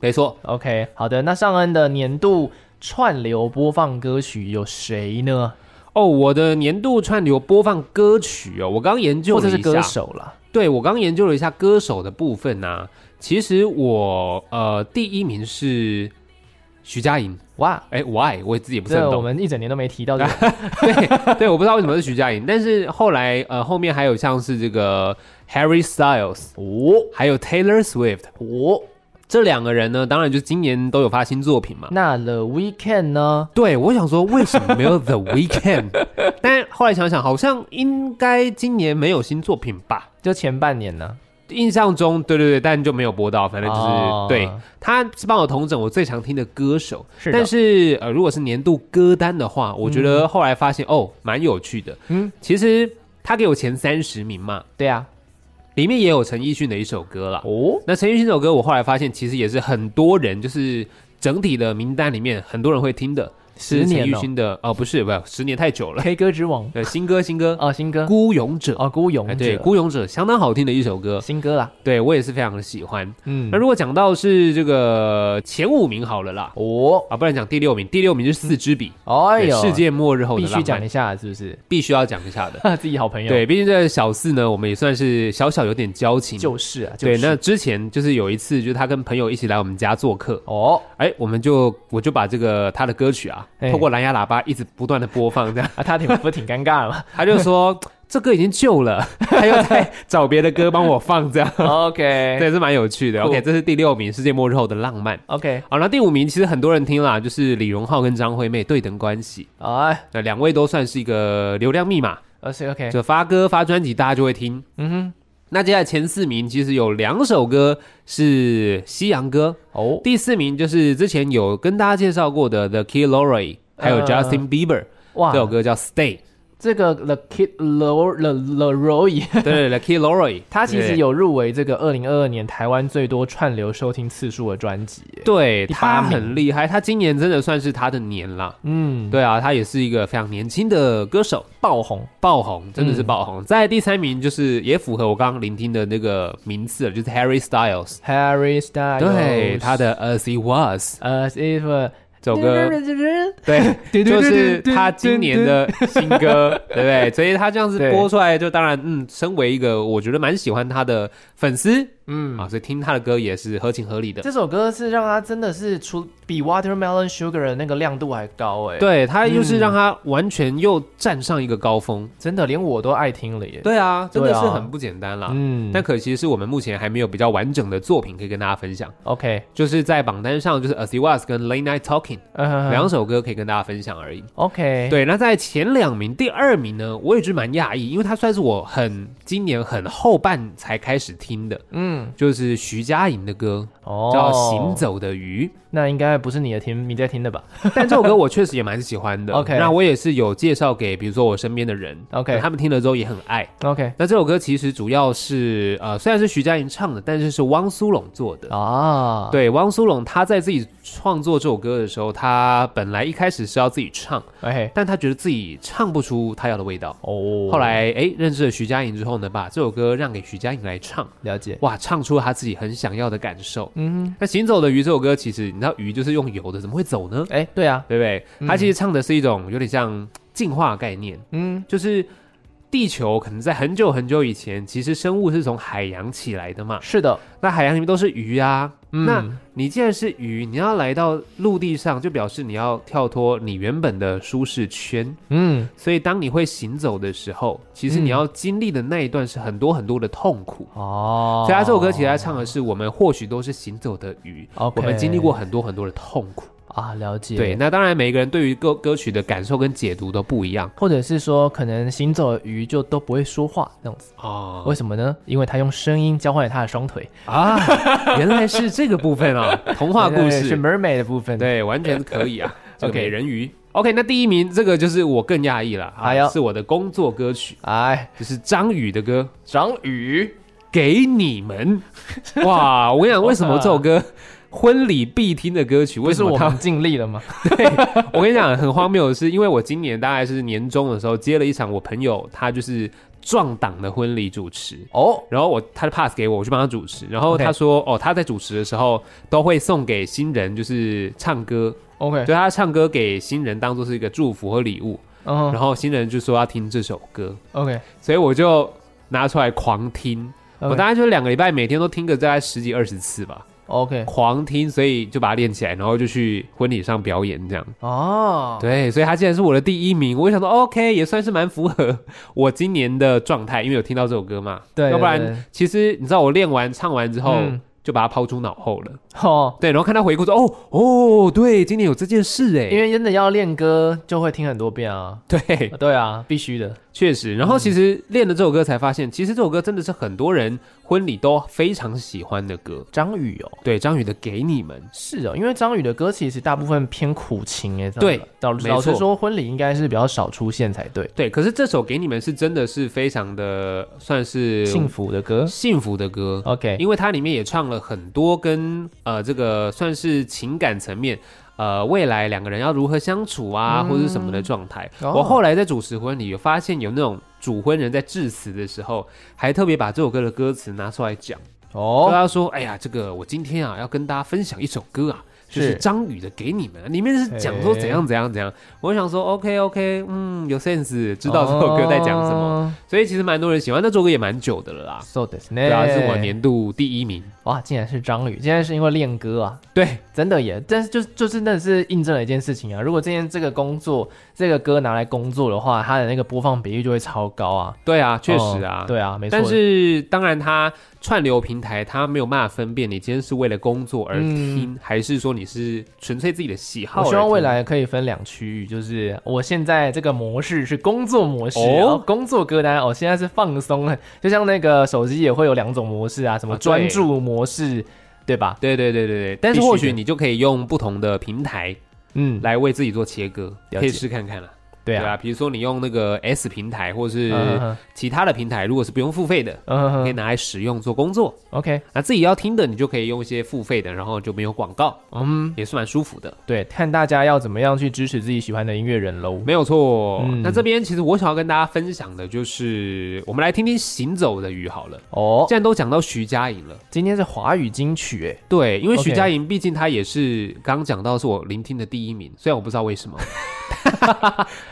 [SPEAKER 2] 没错。
[SPEAKER 1] OK，好的，那尚恩的年度串流播放歌曲有谁呢？
[SPEAKER 2] 哦，我的年度串流播放歌曲哦，我刚研究
[SPEAKER 1] 或
[SPEAKER 2] 了
[SPEAKER 1] 者是
[SPEAKER 2] 一下，
[SPEAKER 1] 歌手啦？
[SPEAKER 2] 对我刚研究了一下歌手的部分呐、其实我呃第一名是徐佳莹，
[SPEAKER 1] 哇，
[SPEAKER 2] 哎，why 我自己也不是很
[SPEAKER 1] 这我
[SPEAKER 2] 懂，
[SPEAKER 1] 们一整年都没提到这个
[SPEAKER 2] 对对，我不知道为什么是徐佳莹，但是后来呃后面还有像是这个 Harry Styles，
[SPEAKER 1] 哦
[SPEAKER 2] 还有 Taylor Swift
[SPEAKER 1] 哦，
[SPEAKER 2] 这两个人呢，当然就今年都有发新作品嘛，
[SPEAKER 1] 那 The Weeknd 呢？
[SPEAKER 2] 对，我想说为什么没有 The Weeknd？但后来想想，好像应该今年没有新作品吧？
[SPEAKER 1] 就前半年呢？
[SPEAKER 2] 印象中，对对对，但就没有播到，反正就是、
[SPEAKER 1] 哦
[SPEAKER 2] 对，他是帮我统整我最常听的歌手。
[SPEAKER 1] 是的
[SPEAKER 2] 但是呃，如果是年度歌单的话，我觉得后来发现、哦，蛮有趣的。
[SPEAKER 1] 嗯
[SPEAKER 2] 嗯，其实他给我前三十名嘛，
[SPEAKER 1] 对啊，
[SPEAKER 2] 里面也有陈奕迅的一首歌啦。
[SPEAKER 1] 哦，
[SPEAKER 2] 那陈奕迅这首歌，我后来发现其实也是很多人就是整体的名单里面很多人会听的。
[SPEAKER 1] 十
[SPEAKER 2] 是陈
[SPEAKER 1] 年
[SPEAKER 2] 奕
[SPEAKER 1] 了
[SPEAKER 2] 迅的哦，不是，不是，十年太 久了。
[SPEAKER 1] ，K 歌之 王
[SPEAKER 2] 对，新歌新歌，
[SPEAKER 1] 哦，新歌
[SPEAKER 2] 孤勇者》
[SPEAKER 1] 哦，孤勇
[SPEAKER 2] 哎，对，
[SPEAKER 1] 者，
[SPEAKER 2] 《孤勇者》相当好听的一首歌，
[SPEAKER 1] 新歌啦，
[SPEAKER 2] 对我也是非常的喜欢。
[SPEAKER 1] 嗯
[SPEAKER 2] 那，如果讲到是这个前五名好了啦，
[SPEAKER 1] 哦，
[SPEAKER 2] 啊，不然讲第六名，第六名是四支笔，
[SPEAKER 1] 哎
[SPEAKER 2] 对
[SPEAKER 1] 呦，
[SPEAKER 2] 世界末日后的
[SPEAKER 1] 必
[SPEAKER 2] 浪漫
[SPEAKER 1] 须讲一哎下，是不 是？
[SPEAKER 2] 必须要讲一下的。
[SPEAKER 1] 自己好朋友，，
[SPEAKER 2] 对，毕竟这小四呢，我们也算是小小有点交情。
[SPEAKER 1] 就是啊，
[SPEAKER 2] 对，
[SPEAKER 1] 就是
[SPEAKER 2] 那之前就是有一次，就是他跟朋友一起来我们家做客，
[SPEAKER 1] 哦
[SPEAKER 2] 哎，我们就我就把这个他的歌曲啊，
[SPEAKER 1] 哎
[SPEAKER 2] 透过蓝牙喇叭一直不断的播放，这样。
[SPEAKER 1] 啊，他挺不挺尴尬 了
[SPEAKER 2] 他就说这歌已经旧 了，他又在找别的歌帮我放，这样
[SPEAKER 1] ？OK
[SPEAKER 2] 对，是蛮有趣的。
[SPEAKER 1] Cool
[SPEAKER 2] OK，这是第六名，《世界末日后的浪漫》。
[SPEAKER 1] OK，
[SPEAKER 2] 好，那第五名其实很多人听啦，就是李荣浩跟张惠妹对等关系，
[SPEAKER 1] 哎，
[SPEAKER 2] 那两位都算是一个流量密码，
[SPEAKER 1] 而且 OK，
[SPEAKER 2] 就发歌发专辑大家就会听。
[SPEAKER 1] 嗯
[SPEAKER 2] 那接下来前四名其实有两首歌是西洋歌，
[SPEAKER 1] 哼，哦，
[SPEAKER 2] 第四名就是之前有跟大家介绍过的 The Kid Laroi，还有
[SPEAKER 1] 呃
[SPEAKER 2] Justin Bieber、
[SPEAKER 1] 哇
[SPEAKER 2] 这，首歌叫《Stay》，
[SPEAKER 1] 这个 The Kid Leroy Leroy，
[SPEAKER 2] 对，Lucky Lori，
[SPEAKER 1] 他其实
[SPEAKER 2] 对
[SPEAKER 1] 有入围这个二零二二年台湾最多串流收听次数的专辑。
[SPEAKER 2] 对
[SPEAKER 1] 第
[SPEAKER 2] 他
[SPEAKER 1] 八名
[SPEAKER 2] 很厉害，他今年真的算是他的年啦。
[SPEAKER 1] 嗯，
[SPEAKER 2] 对啊，他也是一个非常年轻的歌手，
[SPEAKER 1] 爆红。嗯
[SPEAKER 2] 爆红，真的是爆红。在第三名就是也符合我刚刚聆听的那个名次了，就是 Harry Styles，
[SPEAKER 1] Harry Styles，
[SPEAKER 2] 对他的 As It Was
[SPEAKER 1] 呃 if
[SPEAKER 2] 这首歌，对，就是他今年的新歌，对不对？所以他这样子
[SPEAKER 1] 对
[SPEAKER 2] 播出来，就当然，嗯，身为一个我觉得蛮喜欢他的粉丝
[SPEAKER 1] 嗯。
[SPEAKER 2] 啊，所以听他的歌也是合情合理的。
[SPEAKER 1] 这首歌是让他真的是除比 Watermelon Sugar 的那个亮度还高哎、，
[SPEAKER 2] 对他又是让他完全又站上一个高峰，
[SPEAKER 1] 真的连我都爱听了耶。，
[SPEAKER 2] 对啊，真的
[SPEAKER 1] 对啊
[SPEAKER 2] 是很不简单啦。
[SPEAKER 1] 嗯，
[SPEAKER 2] 但可惜是我们目前还没有比较完整的作品可以跟大家分享，
[SPEAKER 1] OK，
[SPEAKER 2] 就是在榜单上就是 As It Was 跟 Late Night Talking
[SPEAKER 1] 嗯哼哼
[SPEAKER 2] 两首歌可以跟大家分享而已。
[SPEAKER 1] OK，，
[SPEAKER 2] 对，那在前两名，第二名呢，我也是蛮讶异，因为它算是我很今年很后半才开始听的，
[SPEAKER 1] 嗯，
[SPEAKER 2] 就是徐佳莹的歌
[SPEAKER 1] 哦，
[SPEAKER 2] 叫《行，走的鱼
[SPEAKER 1] 那应该不是你的听，你在听的吧》，
[SPEAKER 2] 但这首歌我确实也蛮喜欢 的。
[SPEAKER 1] OK
[SPEAKER 2] 那我也是有介绍给，比如说我身边的人
[SPEAKER 1] OK
[SPEAKER 2] 他们听了之后也很爱。
[SPEAKER 1] ？OK，
[SPEAKER 2] 那这首歌其实主要是呃，虽然是徐佳莹唱的，但是是汪苏泷做的。
[SPEAKER 1] 啊，，
[SPEAKER 2] 对，汪苏泷他在自己创作这首歌的时候，他本来一开始是要自己唱，
[SPEAKER 1] 哎，
[SPEAKER 2] 但他觉得自己唱不出他要的味道。
[SPEAKER 1] 哦，
[SPEAKER 2] 后来哎，认识了徐佳莹之后呢，把这首歌让给徐佳莹来唱，
[SPEAKER 1] 了解，
[SPEAKER 2] 哇，唱出了他自己很想要的感受。
[SPEAKER 1] 嗯
[SPEAKER 2] 那《行走的鱼》这首歌，其实你知道鱼就是用游的，怎么会走呢
[SPEAKER 1] 哼，？哎，对啊，
[SPEAKER 2] 对不对？
[SPEAKER 1] 嗯
[SPEAKER 2] 它其实唱的是一种有点像进化概念，
[SPEAKER 1] 嗯，
[SPEAKER 2] 就是地球可能在很久很久以前，其实生物是从海洋起来的嘛。
[SPEAKER 1] 是的，
[SPEAKER 2] 那海洋里面都是鱼啊，
[SPEAKER 1] 嗯
[SPEAKER 2] 那你既然是鱼，你要来到陆地上，就表示你要跳脱你原本的舒适圈。
[SPEAKER 1] 嗯，
[SPEAKER 2] 所以，当你会行走的时候，其实你要经历的那一段是很多很多的痛苦。
[SPEAKER 1] 哦，
[SPEAKER 2] 所以，他这首歌其实在唱的是我们或许都是行走的鱼
[SPEAKER 1] OK
[SPEAKER 2] 我们经历过很多很多的痛苦。
[SPEAKER 1] 啊，了解，
[SPEAKER 2] 对，，那当然每个人对于歌歌曲的感受跟解读都不一样
[SPEAKER 1] 或者是说可能行走的鱼就都不会说话那种子，
[SPEAKER 2] 哦。
[SPEAKER 1] 为什么呢？因为他用声音交换了他的双腿，
[SPEAKER 2] 啊，原来是这个部 分啊，童 话故
[SPEAKER 1] 对对对是
[SPEAKER 2] 事，
[SPEAKER 1] mermaid 的部分，，
[SPEAKER 2] 对，完全可以 啊。这个
[SPEAKER 1] OK
[SPEAKER 2] 美人鱼，OK，那第一名这个就是我更讶异了，
[SPEAKER 1] 哎呦
[SPEAKER 2] 啊，是我的工作歌曲，
[SPEAKER 1] 哎，
[SPEAKER 2] 就是张宇的歌。
[SPEAKER 1] 张宇，
[SPEAKER 2] 给你们。哇，我跟你讲，为什么这 首歌婚礼必听的歌曲？
[SPEAKER 1] 不
[SPEAKER 2] 为
[SPEAKER 1] 是
[SPEAKER 2] 什么
[SPEAKER 1] 我
[SPEAKER 2] 它
[SPEAKER 1] 们？尽力了 吗？
[SPEAKER 2] 我跟你讲，很荒谬的是，因为我今年大概是年终的时候接了一场我朋友他就是撞档的婚礼主持。
[SPEAKER 1] 哦，
[SPEAKER 2] 然后我他就 pass 给我，我去帮他主持。然后
[SPEAKER 1] OK
[SPEAKER 2] 他说哦，他在主持的时候都会送给新人，就是唱歌，
[SPEAKER 1] OK，
[SPEAKER 2] 就他唱歌给新人当做是一个祝福和礼物。
[SPEAKER 1] 嗯
[SPEAKER 2] 然后新人就说要听这首歌，
[SPEAKER 1] ，OK，
[SPEAKER 2] 所以我就拿出来狂听。我
[SPEAKER 1] OK
[SPEAKER 2] 大概就两个礼拜，每天都听个大概十几二十次吧，
[SPEAKER 1] OK，
[SPEAKER 2] 狂听，所以就把它练起来，然后就去婚礼上表演这样。
[SPEAKER 1] 哦，
[SPEAKER 2] 对，所以他竟然是我的第一名，我就想说 OK，也算是蛮符合我今年的状态，因为有听到这首歌嘛。
[SPEAKER 1] 对
[SPEAKER 2] 要不
[SPEAKER 1] 对对
[SPEAKER 2] 然其实你知道我练完唱完之后、
[SPEAKER 1] 嗯
[SPEAKER 2] 就把它抛诸脑后了。
[SPEAKER 1] 哦，
[SPEAKER 2] 对，然后看他回顾说哦哦，对，今年有这件事哎，
[SPEAKER 1] 因为真的要练歌，就会听很多遍啊。
[SPEAKER 2] 对，
[SPEAKER 1] 对啊，必须的。
[SPEAKER 2] 确实。然后其实练了这首歌才发现，其实这首歌真的是很多人婚礼都非常喜欢的歌。
[SPEAKER 1] 张宇哦，
[SPEAKER 2] 对，张宇的《给你们》。
[SPEAKER 1] 是哦，因为张宇的歌其实大部分偏苦情哎，
[SPEAKER 2] 对
[SPEAKER 1] 老
[SPEAKER 2] 没
[SPEAKER 1] 老实
[SPEAKER 2] 错
[SPEAKER 1] 说，婚礼应该是比较少出现才对，
[SPEAKER 2] 对，可是这首给你们是真的是非常的算是
[SPEAKER 1] 幸福的歌
[SPEAKER 2] 幸福的歌，
[SPEAKER 1] ，OK，
[SPEAKER 2] 因为它里面也唱了很多跟呃这个算是情感层面。呃，未来两个人要如何相处啊，
[SPEAKER 1] 嗯
[SPEAKER 2] 或者是什么的状态？
[SPEAKER 1] 哦
[SPEAKER 2] 我后来在主持婚礼，有发现有那种主婚人在致辞的时候，还特别把这首歌的歌词拿出来讲，跟
[SPEAKER 1] 哦，
[SPEAKER 2] 他说：“哎呀，这个我今天啊要跟大家分享一首歌啊，就是
[SPEAKER 1] 是哎
[SPEAKER 2] 张宇的《给你们》，啊里面是讲说怎样怎样怎样。”我想说，OK OK，嗯，有 sense，知道这首歌在讲什么。
[SPEAKER 1] 么。
[SPEAKER 2] 所以其实蛮多人喜欢，那首歌也蛮久的了啦。
[SPEAKER 1] So this
[SPEAKER 2] 对啊，是我年度第一名。
[SPEAKER 1] 哇，竟然是张宇，竟然是因为练歌啊，
[SPEAKER 2] 对
[SPEAKER 1] 真的耶！但是就就真的是印证了一件事情啊，如果今天这个工作这个歌拿来工作的话，它的那个播放比例就会超高啊，
[SPEAKER 2] 对啊，确实
[SPEAKER 1] 哦
[SPEAKER 2] 啊。
[SPEAKER 1] 对啊，没错。
[SPEAKER 2] 但是当然，它串流平台它没有办法分辨你今天是为了工作而听，还是说你是纯粹自己的喜好
[SPEAKER 1] 嗯
[SPEAKER 2] 而
[SPEAKER 1] 我
[SPEAKER 2] 听。
[SPEAKER 1] 希望未来可以分两区域，就是我现在这个模式是工作模式，
[SPEAKER 2] 哦
[SPEAKER 1] 然后工作歌单哦，现在是放松了，就像那个手机也会有两种模式啊，什么
[SPEAKER 2] 啊对
[SPEAKER 1] 专注模式，对吧？
[SPEAKER 2] 对对对对对，但是
[SPEAKER 1] 必须的
[SPEAKER 2] 或许你就可以用不同的平台
[SPEAKER 1] 嗯，
[SPEAKER 2] 来为自己做切割，
[SPEAKER 1] 了解
[SPEAKER 2] 可以试看看了。
[SPEAKER 1] 对啊，
[SPEAKER 2] 啊，比如说你用那个 S 平台或
[SPEAKER 1] 嗯
[SPEAKER 2] 是
[SPEAKER 1] 哼
[SPEAKER 2] 其他的平台，如果是不用付费的，
[SPEAKER 1] 嗯
[SPEAKER 2] 可以
[SPEAKER 1] 哼
[SPEAKER 2] 拿来使用做工作。
[SPEAKER 1] ，OK，
[SPEAKER 2] 那自己要听的，你就可以用一些付费的，然后就没有广告，
[SPEAKER 1] 嗯，
[SPEAKER 2] 也是蛮舒服的。
[SPEAKER 1] 对，看大家要怎么样去支持自己喜欢的音乐人喽。
[SPEAKER 2] 没有错。
[SPEAKER 1] 嗯
[SPEAKER 2] 那这边其实我想要跟大家分享的就是，我们来听听《行走的雨》好了。
[SPEAKER 1] 哦，
[SPEAKER 2] 既然都讲到徐佳莹了，
[SPEAKER 1] 今天是华语金曲，哎，
[SPEAKER 2] 对，因为
[SPEAKER 1] OK
[SPEAKER 2] 徐佳莹毕竟她也是刚讲到是我聆听的第一名，虽然我不知道为 什么。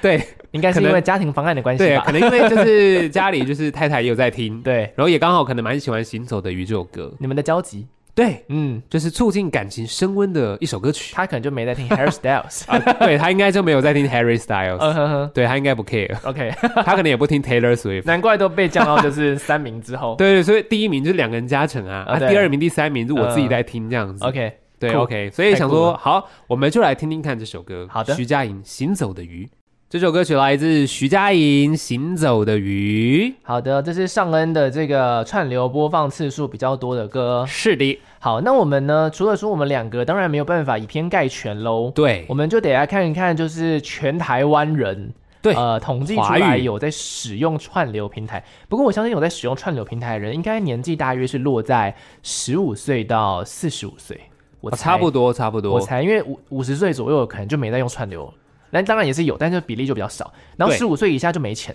[SPEAKER 2] 对
[SPEAKER 1] 应该是
[SPEAKER 2] 可能
[SPEAKER 1] 因为家庭方案的关系
[SPEAKER 2] 对，啊
[SPEAKER 1] 吧？
[SPEAKER 2] 可能因为就是家里就是太太也有在听，
[SPEAKER 1] 对，
[SPEAKER 2] 然后也刚好可能蛮喜欢《行走的雨》这首歌，
[SPEAKER 1] 你们的交集，
[SPEAKER 2] 对，
[SPEAKER 1] 嗯，
[SPEAKER 2] 就是促进感情升温的一首 歌曲。
[SPEAKER 1] 他可能就没在听 Harry Styles，
[SPEAKER 2] 啊、对他应该就没有在听 Harry Styles，、
[SPEAKER 1] 嗯哼哼
[SPEAKER 2] 对他应该不 care，
[SPEAKER 1] ，OK，
[SPEAKER 2] 他可能也不听 Taylor Swift。
[SPEAKER 1] 难怪都被降到就是三名之 后。
[SPEAKER 2] 对，所以第一名就是两个人加成啊，
[SPEAKER 1] 啊
[SPEAKER 2] 啊
[SPEAKER 1] 对嗯
[SPEAKER 2] 第二名、第三名是我自己在听这样子。
[SPEAKER 1] OK，
[SPEAKER 2] 对
[SPEAKER 1] 酷
[SPEAKER 2] ，OK，所以想
[SPEAKER 1] 太酷
[SPEAKER 2] 说，
[SPEAKER 1] 了
[SPEAKER 2] 好，我们就来听听看这首歌。
[SPEAKER 1] 好的
[SPEAKER 2] 徐佳莹《行走的鱼》这首歌曲来自徐佳莹《行走的鱼
[SPEAKER 1] 好的，这是尚恩的这个串流播放次数比较多的》。歌。
[SPEAKER 2] 是的，
[SPEAKER 1] 好，那我们呢，除了说我们两个，当然没有办法以偏概全喽。
[SPEAKER 2] 对
[SPEAKER 1] 我，们就得来看一看，就是全台湾人
[SPEAKER 2] 对
[SPEAKER 1] 呃统计出
[SPEAKER 2] 华
[SPEAKER 1] 来
[SPEAKER 2] 语
[SPEAKER 1] 有在使用串流平台。不过我相信有在使用串流平台的人，应该年纪大约是落在十五岁到四十五岁。我
[SPEAKER 2] 啊差不
[SPEAKER 1] 多，
[SPEAKER 2] 多，差不
[SPEAKER 1] 我
[SPEAKER 2] 多。
[SPEAKER 1] 猜，因为五五十岁左右可能就没在用串流，那当然也是有，但是比例就比较少。然后
[SPEAKER 2] 对
[SPEAKER 1] 十五岁以下就没钱，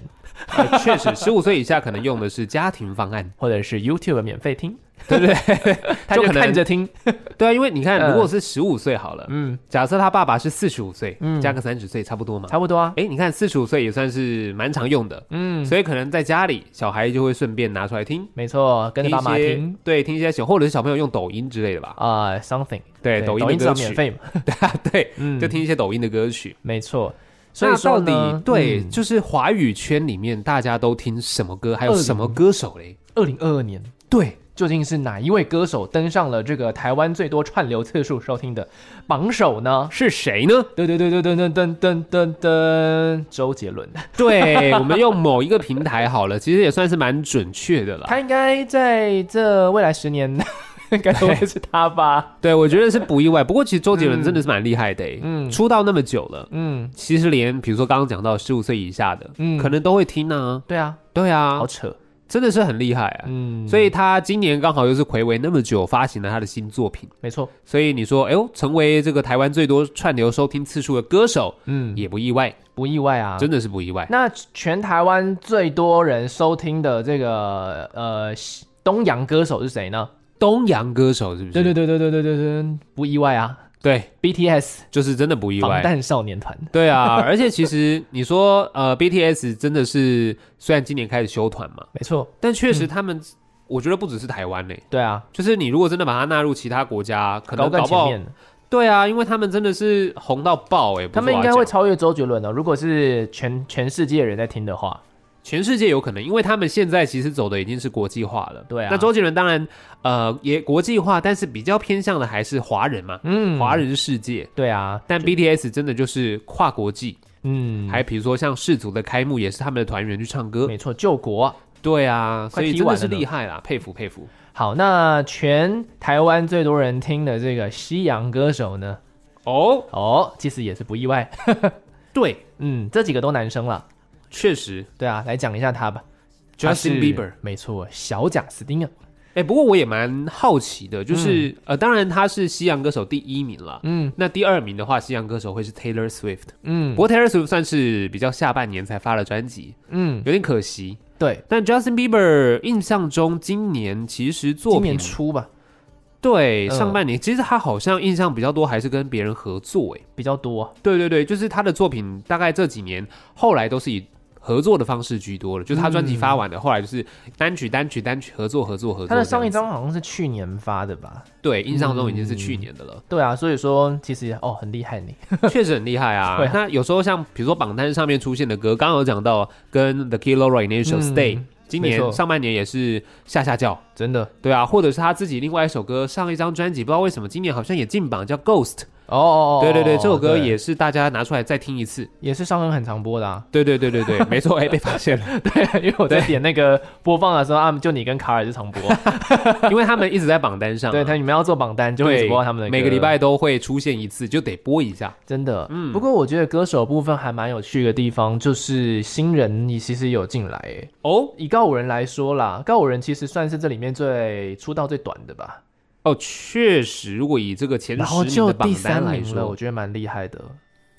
[SPEAKER 2] 呃 确实，十五岁以下可能用的是家庭方案，
[SPEAKER 1] 或者是 YouTube 免费听，
[SPEAKER 2] 对不对？
[SPEAKER 1] 他就
[SPEAKER 2] 可能
[SPEAKER 1] 看着听。
[SPEAKER 2] 对啊，因为你看，
[SPEAKER 1] 嗯
[SPEAKER 2] 如果是十五岁好了，
[SPEAKER 1] 嗯，
[SPEAKER 2] 假设他爸爸是四十五岁
[SPEAKER 1] 嗯，
[SPEAKER 2] 加个三十岁，差不多嘛。
[SPEAKER 1] 差不多啊。
[SPEAKER 2] 哎，你看四十五岁也算是蛮常用的，
[SPEAKER 1] 嗯，
[SPEAKER 2] 所以可能在家里小孩就会顺便拿出来听，
[SPEAKER 1] 没错，跟着爸妈
[SPEAKER 2] 一些
[SPEAKER 1] 听，
[SPEAKER 2] 对，听一些小或者是小朋友用抖音之类的吧，
[SPEAKER 1] 啊、s o m e t h i n g
[SPEAKER 2] 对，抖音
[SPEAKER 1] 抖音只
[SPEAKER 2] 的
[SPEAKER 1] 要
[SPEAKER 2] 歌
[SPEAKER 1] 免
[SPEAKER 2] 曲，
[SPEAKER 1] 费嘛，
[SPEAKER 2] 对，
[SPEAKER 1] 嗯
[SPEAKER 2] 就听一些抖音的歌曲。
[SPEAKER 1] 没错。所
[SPEAKER 2] 那
[SPEAKER 1] 以说
[SPEAKER 2] 到底
[SPEAKER 1] 呢，
[SPEAKER 2] 对，
[SPEAKER 1] 嗯
[SPEAKER 2] 就是华语圈里面大家都听什么歌，还有
[SPEAKER 1] 20
[SPEAKER 2] 什么歌手嘞？
[SPEAKER 1] 二零二二年
[SPEAKER 2] 对，
[SPEAKER 1] 究竟是哪一位歌手登上了这个台湾最多串流次数收听的榜首呢？
[SPEAKER 2] 是 谁呢？
[SPEAKER 1] 噔噔噔噔噔噔噔噔噔，周杰伦，
[SPEAKER 2] 对，我们用某一个平台好了，其实也算是蛮准确的啦。
[SPEAKER 1] 他应该在这未来十年，应该都会是他吧？
[SPEAKER 2] 对，我觉得是不意外。不过其实周杰伦真的是蛮厉害的、欸，
[SPEAKER 1] 嗯
[SPEAKER 2] 嗯，出道那么久了，
[SPEAKER 1] 嗯，
[SPEAKER 2] 其实连比如说刚刚讲到十五岁以下的，
[SPEAKER 1] 嗯
[SPEAKER 2] 嗯，可能都会听啊。
[SPEAKER 1] 对啊，
[SPEAKER 2] 对啊
[SPEAKER 1] 好，扯，
[SPEAKER 2] 真的是很厉害啊。
[SPEAKER 1] 嗯，
[SPEAKER 2] 所以他今年刚好又是暌违那么久，发行了他的新作品。
[SPEAKER 1] 没错，
[SPEAKER 2] 所以你说，哎呦，成为这个台湾最多串流收听次数的歌手，
[SPEAKER 1] 嗯，
[SPEAKER 2] 也不意外，
[SPEAKER 1] 不意外啊。
[SPEAKER 2] 真的是不意外。
[SPEAKER 1] 那全台湾最多人收听的这个呃东洋歌手是谁呢？
[SPEAKER 2] 东洋歌手是不是？
[SPEAKER 1] 对对对对对对对对，不意外啊
[SPEAKER 2] 对，
[SPEAKER 1] ，BTS
[SPEAKER 2] 就是真的不意
[SPEAKER 1] 防
[SPEAKER 2] 外。
[SPEAKER 1] 弹少年团，
[SPEAKER 2] 对啊，而且其实你说，呃，BTS 真的是虽然今年开始休团嘛，
[SPEAKER 1] 没错，
[SPEAKER 2] 但确
[SPEAKER 1] 嗯
[SPEAKER 2] 实他们，我觉得不只是台湾嘞、
[SPEAKER 1] 对啊，
[SPEAKER 2] 就是你如果真的把它纳入其他国家，可
[SPEAKER 1] 搞
[SPEAKER 2] 能
[SPEAKER 1] 更
[SPEAKER 2] 搞不
[SPEAKER 1] 前
[SPEAKER 2] 好。
[SPEAKER 1] 面，
[SPEAKER 2] 对啊，因为他们真的是红到爆哎、不是
[SPEAKER 1] 他们应该
[SPEAKER 2] 我要
[SPEAKER 1] 会
[SPEAKER 2] 讲
[SPEAKER 1] 超越周杰伦的、如果是全全世界人在听的话，
[SPEAKER 2] 全世界有可能，因为他们现在其实走的已经是国际化了。
[SPEAKER 1] 对啊
[SPEAKER 2] 那周杰伦当然呃也国际化，但是比较偏向的还是华人嘛，
[SPEAKER 1] 嗯
[SPEAKER 2] 华人世界。
[SPEAKER 1] 对啊，
[SPEAKER 2] 但 BTS 真的就是跨国际，
[SPEAKER 1] 嗯，
[SPEAKER 2] 还比如说像氏族的开幕也是他们的团员去唱歌。
[SPEAKER 1] 没错，救国。
[SPEAKER 2] 对啊，
[SPEAKER 1] 快
[SPEAKER 2] 所以
[SPEAKER 1] 踢
[SPEAKER 2] 真
[SPEAKER 1] 完
[SPEAKER 2] 的
[SPEAKER 1] 了
[SPEAKER 2] 是
[SPEAKER 1] 呢
[SPEAKER 2] 厉害啦，佩服佩服。
[SPEAKER 1] 好，那全台湾最多人听的这个西洋歌手呢？
[SPEAKER 2] 哦，
[SPEAKER 1] 哦，其实也是不意外，
[SPEAKER 2] 对，
[SPEAKER 1] 嗯，这几个都男生了，
[SPEAKER 2] 确实
[SPEAKER 1] 对啊，来讲一下他吧。他是
[SPEAKER 2] ，Justin Bieber。
[SPEAKER 1] 没错，小贾斯汀啊，
[SPEAKER 2] 哎、不过我也蛮好奇的，就是、呃，当然他是西洋歌手第一名了。
[SPEAKER 1] 嗯
[SPEAKER 2] 那第二名的话，西洋歌手会是 Taylor Swift。
[SPEAKER 1] 嗯
[SPEAKER 2] 不过 Taylor Swift 算是比较下半年才发了专辑，
[SPEAKER 1] 嗯，
[SPEAKER 2] 有点可惜。
[SPEAKER 1] 对，
[SPEAKER 2] 但 Justin Bieber 印象中今年其实作
[SPEAKER 1] 今年
[SPEAKER 2] 品
[SPEAKER 1] 初吧
[SPEAKER 2] 对、
[SPEAKER 1] 嗯
[SPEAKER 2] 上半年，其实他好像印象比较多还是跟别人合作。哎，
[SPEAKER 1] 比较多，
[SPEAKER 2] 对对对，就是他的作品大概这几年后来都是以合作的方式居多了，就是他专辑发完了，后来就是单曲单曲单曲合作合作合作这
[SPEAKER 1] 嗯他的
[SPEAKER 2] 样子。
[SPEAKER 1] 上一张嗯好像是去年发的吧？
[SPEAKER 2] 对印象中已经是去年的了。
[SPEAKER 1] 对啊，所以说其实哦很厉害你，
[SPEAKER 2] 确实很厉害啊
[SPEAKER 1] 对啊。
[SPEAKER 2] 那有时候像比如说榜单上面出现的歌，刚刚有讲到跟 The Kid Laroi 那一首
[SPEAKER 1] 嗯
[SPEAKER 2] Stay，、今
[SPEAKER 1] 没错
[SPEAKER 2] 年上半年也是下下叫，
[SPEAKER 1] 真的
[SPEAKER 2] 对啊，或者是他自己另外一首歌，上一张专辑不知道为什么今年好像也进榜，叫 Ghost，
[SPEAKER 1] 哦哦哦，
[SPEAKER 2] 对对对，这首歌
[SPEAKER 1] 对
[SPEAKER 2] 也是大家拿出来再听一次。
[SPEAKER 1] 也是上恩很常播的啊。
[SPEAKER 2] 对对对对对，没错，哎，被发现了，
[SPEAKER 1] 对，啊因为我在点那个播放的时候，啊，就你跟卡尔是常播，
[SPEAKER 2] 因为他们一直在榜单上 啊、
[SPEAKER 1] 对，他你们要做榜单就会一直
[SPEAKER 2] 对
[SPEAKER 1] 播他们的歌
[SPEAKER 2] 每个礼拜都会出现一次，就得播一下。
[SPEAKER 1] 真的。嗯，不过我觉得歌手部分还蛮有趣的地方，就是新人你其实有进来诶。
[SPEAKER 2] 哦
[SPEAKER 1] 以告五人来说啦，告五人其实算是这里面最出道最短的吧，
[SPEAKER 2] 哦，确实，如果以这个前
[SPEAKER 1] 然后
[SPEAKER 2] 十名
[SPEAKER 1] 就
[SPEAKER 2] 的
[SPEAKER 1] 第
[SPEAKER 2] 榜单
[SPEAKER 1] 三
[SPEAKER 2] 来
[SPEAKER 1] 名了，我
[SPEAKER 2] 说，
[SPEAKER 1] 觉得蛮厉害的。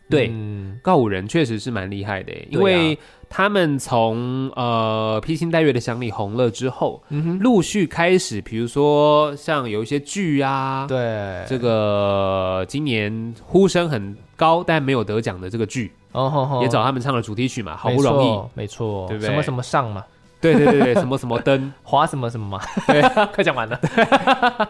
[SPEAKER 2] 对
[SPEAKER 1] 嗯，
[SPEAKER 2] 告五人确实是蛮厉害的，欸因
[SPEAKER 1] 对啊
[SPEAKER 2] 为他们从呃披星戴月的想你红了之后，
[SPEAKER 1] 嗯
[SPEAKER 2] 陆续开始，比如说像有一些剧啊，
[SPEAKER 1] 对，
[SPEAKER 2] 这个今年呼声很高但没有得奖的这个剧，
[SPEAKER 1] 哦吼吼
[SPEAKER 2] 也找他们唱了主题曲嘛，好
[SPEAKER 1] 没
[SPEAKER 2] 不容易，
[SPEAKER 1] 错，没错，
[SPEAKER 2] 对不
[SPEAKER 1] 什么
[SPEAKER 2] 对
[SPEAKER 1] 什么上嘛，
[SPEAKER 2] 对对对对，什么什么 灯，
[SPEAKER 1] 华什么什么嘛， 快讲完了。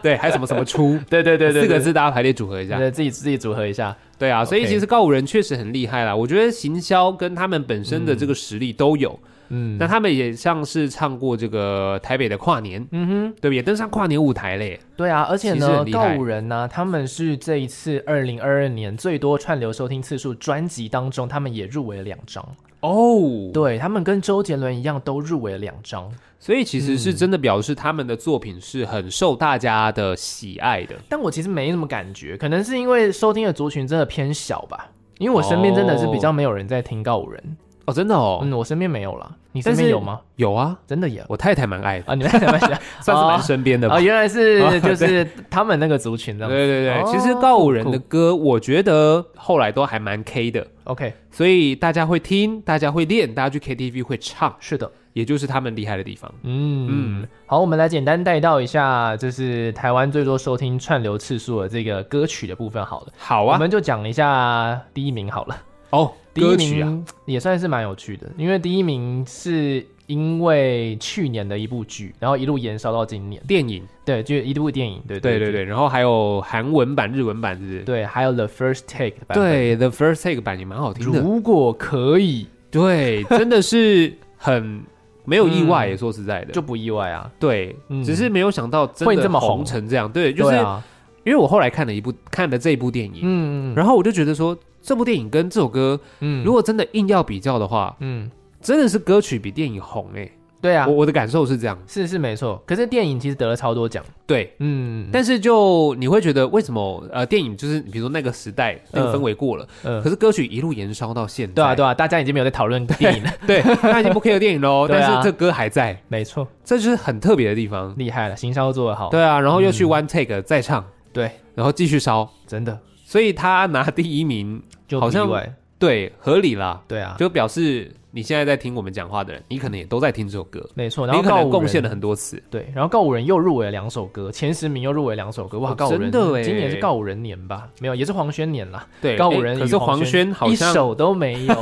[SPEAKER 2] 对，还有什么什么出，
[SPEAKER 1] 对对对对，
[SPEAKER 2] 四个
[SPEAKER 1] 对
[SPEAKER 2] 字大家排列组合一下，
[SPEAKER 1] 对，自己自己组合一下。
[SPEAKER 2] 对啊，所以
[SPEAKER 1] OK
[SPEAKER 2] 其实告五人确实很厉害啦。我觉得行销跟他们本身的这个实力都有。
[SPEAKER 1] 嗯，
[SPEAKER 2] 那他们也像是唱过这个台北的跨年，
[SPEAKER 1] 嗯
[SPEAKER 2] 对不对？也登上跨年舞台嘞。
[SPEAKER 1] 对啊，而且
[SPEAKER 2] 其实
[SPEAKER 1] 呢
[SPEAKER 2] 很，厉
[SPEAKER 1] 告
[SPEAKER 2] 害
[SPEAKER 1] 五人呢、他们是这一次二零二二年最多串流收听次数专辑当中，他们也入围了两张。
[SPEAKER 2] 哦，
[SPEAKER 1] 对他们跟周杰伦一样，都入围了两张。
[SPEAKER 2] 所以其实是真的表示他们的作品是很受大家的喜爱的。
[SPEAKER 1] 但我其实没什么感觉，可能是因为收听的族群真的偏小吧。因为我身边真的是比较没有人在听告五人，
[SPEAKER 2] 哦，真的哦，
[SPEAKER 1] 嗯，我身边没有啦。你身
[SPEAKER 2] 但
[SPEAKER 1] 边
[SPEAKER 2] 是
[SPEAKER 1] 有吗？？
[SPEAKER 2] 有啊，
[SPEAKER 1] 真的有
[SPEAKER 2] 我太太蛮爱的，
[SPEAKER 1] 啊？你 们没关系啊，
[SPEAKER 2] 算是蛮身边的
[SPEAKER 1] 哦，
[SPEAKER 2] 吧。
[SPEAKER 1] 原来是
[SPEAKER 2] 哦 啊
[SPEAKER 1] 就是他们那个族群
[SPEAKER 2] 对
[SPEAKER 1] 的。
[SPEAKER 2] 对对，
[SPEAKER 1] 哦
[SPEAKER 2] 其实告五人
[SPEAKER 1] 酷
[SPEAKER 2] 的
[SPEAKER 1] 酷
[SPEAKER 2] 歌，我觉得后来都还蛮 K 的，
[SPEAKER 1] OK，
[SPEAKER 2] 所以大家会听，大家会练，大家去 KTV 会唱，
[SPEAKER 1] 是的。
[SPEAKER 2] 也就是他们厉害的地方。
[SPEAKER 1] 嗯，好，我们来简单带到一下，就是台湾最多收听串流次数的这个歌曲的部分好了。
[SPEAKER 2] 好
[SPEAKER 1] 我
[SPEAKER 2] 啊，
[SPEAKER 1] 们就讲一下第一名好了。
[SPEAKER 2] 哦，
[SPEAKER 1] 第一
[SPEAKER 2] 歌曲啊，
[SPEAKER 1] 名也算是蛮有趣的，因为第一名是因为去年的一部剧，然后一路延烧到今年，
[SPEAKER 2] 电影，
[SPEAKER 1] 对，就一部电影，对
[SPEAKER 2] 对
[SPEAKER 1] 对
[SPEAKER 2] 对对，然后还有韩文版、日文版，是不是？
[SPEAKER 1] 对，还有 The First Take 的版本。
[SPEAKER 2] 对，The First Take 版也蛮好听的，
[SPEAKER 1] 如果可以，
[SPEAKER 2] 对，真的是很没有意外耶，说实在的，
[SPEAKER 1] 嗯就
[SPEAKER 2] 就
[SPEAKER 1] 不意外啊。
[SPEAKER 2] 对
[SPEAKER 1] 嗯，
[SPEAKER 2] 只是没有想到真
[SPEAKER 1] 会
[SPEAKER 2] 的
[SPEAKER 1] 这么红
[SPEAKER 2] 红成这样，对，就是
[SPEAKER 1] 对啊，
[SPEAKER 2] 因为我后来看了一部看了这一部电影，
[SPEAKER 1] 嗯嗯
[SPEAKER 2] 然后我就觉得说。这部电影跟这首歌，
[SPEAKER 1] 嗯，
[SPEAKER 2] 如果真的硬要比较的话，
[SPEAKER 1] 嗯，
[SPEAKER 2] 真的是歌曲比电影红哎、
[SPEAKER 1] 对啊
[SPEAKER 2] 我，我的感受是这样，
[SPEAKER 1] 是是没错。可是电影其实得了超多奖，
[SPEAKER 2] 对。
[SPEAKER 1] 嗯，
[SPEAKER 2] 但是就你会觉得为什么呃电影就是比如说那个时代那
[SPEAKER 1] 嗯
[SPEAKER 2] 个氛围过了，
[SPEAKER 1] 嗯
[SPEAKER 2] 可是歌曲一路延烧到现在，
[SPEAKER 1] 对啊，对啊，大家已经没有在讨论电影了，
[SPEAKER 2] 对，他已经不 care 电影 喽，
[SPEAKER 1] 对
[SPEAKER 2] 但
[SPEAKER 1] 啊
[SPEAKER 2] 是这歌还在，
[SPEAKER 1] 没错，
[SPEAKER 2] 这就是很特别的地方。
[SPEAKER 1] 厉害了，行销做得好，
[SPEAKER 2] 对啊，然后又去
[SPEAKER 1] 嗯
[SPEAKER 2] one take 再唱，
[SPEAKER 1] 对，
[SPEAKER 2] 然后继续烧，
[SPEAKER 1] 真的
[SPEAKER 2] 所以他拿第一名，
[SPEAKER 1] 就
[SPEAKER 2] 好
[SPEAKER 1] 不意
[SPEAKER 2] 像
[SPEAKER 1] 外，
[SPEAKER 2] 对，合理啦，
[SPEAKER 1] 对啊，
[SPEAKER 2] 就表示你现在在听我们讲话的人，你可能也都在听这首歌，
[SPEAKER 1] 没错。然
[SPEAKER 2] 你
[SPEAKER 1] 后
[SPEAKER 2] 可
[SPEAKER 1] 告
[SPEAKER 2] 能
[SPEAKER 1] 五
[SPEAKER 2] 贡献了
[SPEAKER 1] 人
[SPEAKER 2] 很多次。
[SPEAKER 1] 对，然后告五人又入围了两首歌，前十名又入围两首歌，哇，
[SPEAKER 2] 哦
[SPEAKER 1] 告五人
[SPEAKER 2] 真的欸
[SPEAKER 1] 今年是告五人年吧？没有，也是黄轩年啦。
[SPEAKER 2] 对，
[SPEAKER 1] 告五
[SPEAKER 2] 诶
[SPEAKER 1] 人
[SPEAKER 2] 可
[SPEAKER 1] 与
[SPEAKER 2] 是黄
[SPEAKER 1] 轩
[SPEAKER 2] 轩好
[SPEAKER 1] 一
[SPEAKER 2] 像
[SPEAKER 1] 首都没 有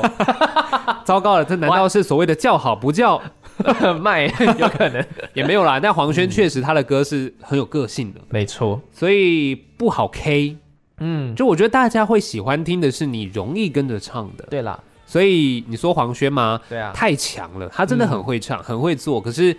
[SPEAKER 2] 糟糕了，这难道是所谓的叫好不叫？
[SPEAKER 1] 卖，有可 能，
[SPEAKER 2] 也没有啦，但黄
[SPEAKER 1] 嗯
[SPEAKER 2] 轩确实他的歌是很有个性的，
[SPEAKER 1] 没错，
[SPEAKER 2] 所以不好 K。
[SPEAKER 1] 嗯，
[SPEAKER 2] 就我觉得大家会喜欢听的是你容易跟着唱的，
[SPEAKER 1] 对啦，
[SPEAKER 2] 所以你说黄轩吗？
[SPEAKER 1] 对啊，嗯
[SPEAKER 2] 太强了，他真的很会唱，很会做，可是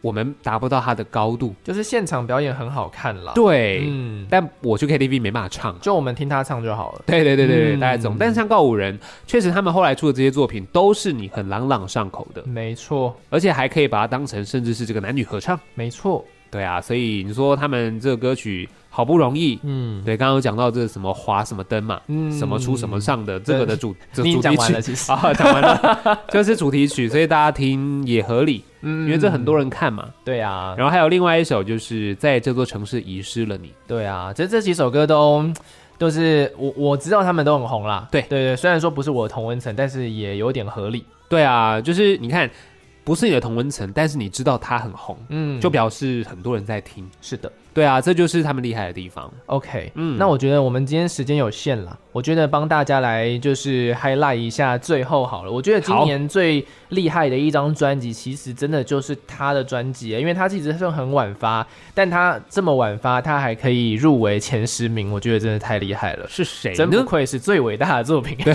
[SPEAKER 2] 我们达不到他的高度。
[SPEAKER 1] 就是现场表演很好看啦。，
[SPEAKER 2] 对，
[SPEAKER 1] 嗯，
[SPEAKER 2] 但我去 KTV 没办法唱。
[SPEAKER 1] 就我们听他唱就好了。
[SPEAKER 2] 对对对对对，
[SPEAKER 1] 嗯
[SPEAKER 2] 大概懂。但是像告五人，确实他们后来出的这些作品都是你很朗朗上口的，
[SPEAKER 1] 没错，
[SPEAKER 2] 而且还可以把它当成甚至是这个男女合唱。
[SPEAKER 1] 没错，
[SPEAKER 2] 对啊，所以你说他们这个歌曲好不容易，
[SPEAKER 1] 嗯
[SPEAKER 2] 对，刚刚有讲到这什么华什么灯嘛，
[SPEAKER 1] 嗯
[SPEAKER 2] 什么出什么上的这个的主这
[SPEAKER 1] 你已
[SPEAKER 2] 主
[SPEAKER 1] 经讲
[SPEAKER 2] 题
[SPEAKER 1] 完了，
[SPEAKER 2] 曲
[SPEAKER 1] 其 实，
[SPEAKER 2] 啊，讲完了， 就是主题曲，所以大家听也合理，
[SPEAKER 1] 嗯
[SPEAKER 2] 因为这很多人看嘛。
[SPEAKER 1] 对啊，
[SPEAKER 2] 然后还有另外一首就是在这座城市遗失了你，
[SPEAKER 1] 对啊，这这几首歌都都是我我知道他们都很红啦。
[SPEAKER 2] 对
[SPEAKER 1] 对对，虽然说不是我的同温层，但是也有点合理。
[SPEAKER 2] 对啊，就是你看不是你的同温层，但是你知道它很红，
[SPEAKER 1] 嗯，
[SPEAKER 2] 就表示很多人在听，
[SPEAKER 1] 是的。
[SPEAKER 2] 对啊，这就是他们厉害的地方。
[SPEAKER 1] OK，嗯，
[SPEAKER 2] 嗯
[SPEAKER 1] 那我觉得我们今天时间有限啦，我觉得帮大家来就是 highlight 一下最后好了。我觉得今
[SPEAKER 2] 好
[SPEAKER 1] 年最厉害的一张专辑，其实真的就是他的专辑，啊因为他其实算很晚发，但他这么晚发，他还可以入围前十名，我觉得真的太厉害了，
[SPEAKER 2] 是谁
[SPEAKER 1] 真不
[SPEAKER 2] 呢？
[SPEAKER 1] 愧是最伟大的作品。对，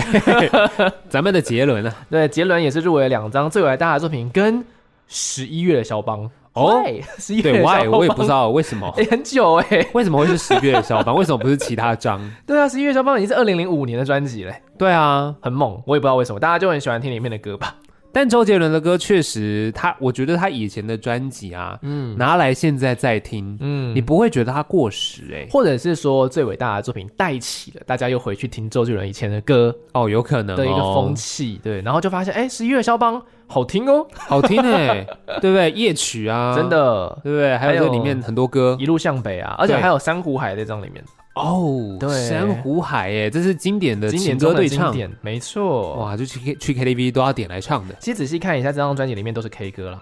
[SPEAKER 2] 咱们 的杰伦啊，
[SPEAKER 1] 对，杰伦也是入围了两张最伟大的作品跟十一月的肖邦，
[SPEAKER 2] 哦，
[SPEAKER 1] Why？十一月
[SPEAKER 2] 对
[SPEAKER 1] 的肖
[SPEAKER 2] ，why
[SPEAKER 1] 邦
[SPEAKER 2] 我也不知，道为什么，
[SPEAKER 1] 哎、很久哎、
[SPEAKER 2] 为什么会是十月的肖邦？为什么不是其他张？
[SPEAKER 1] 对啊，十一月肖邦已经是二零零五年的专辑嘞，
[SPEAKER 2] 对啊，
[SPEAKER 1] 很猛，我也不知道为什么，大家就很喜欢听里面的歌吧。
[SPEAKER 2] 但周杰伦的歌确实他，我觉得他以前的专辑啊，
[SPEAKER 1] 嗯
[SPEAKER 2] 拿来现在再听，
[SPEAKER 1] 嗯
[SPEAKER 2] 你不会觉得它过时哎、
[SPEAKER 1] 或者是说最伟大的作品带起了大家又回去听周杰伦以前的歌
[SPEAKER 2] 哦，有可能、哦、
[SPEAKER 1] 的一个风气，对，然后就发现哎，十一月肖邦好听哦，
[SPEAKER 2] 好听哎、对不对？夜曲啊，
[SPEAKER 1] 真，的。
[SPEAKER 2] 对不对？还
[SPEAKER 1] 还
[SPEAKER 2] 有
[SPEAKER 1] 有
[SPEAKER 2] 这里面很多歌
[SPEAKER 1] 一路向北啊，而且
[SPEAKER 2] 对
[SPEAKER 1] 还有珊瑚海在这里面，
[SPEAKER 2] 哦，
[SPEAKER 1] 对
[SPEAKER 2] 珊瑚海哎、这是经典的
[SPEAKER 1] 经典
[SPEAKER 2] 情
[SPEAKER 1] 中
[SPEAKER 2] 歌
[SPEAKER 1] 的
[SPEAKER 2] 对
[SPEAKER 1] 经
[SPEAKER 2] 唱，
[SPEAKER 1] 典，没错。
[SPEAKER 2] 哇，就去 K 去 KTV 都要点来唱的。
[SPEAKER 1] 其实仔细看一下这张专辑里面都是 K 歌了，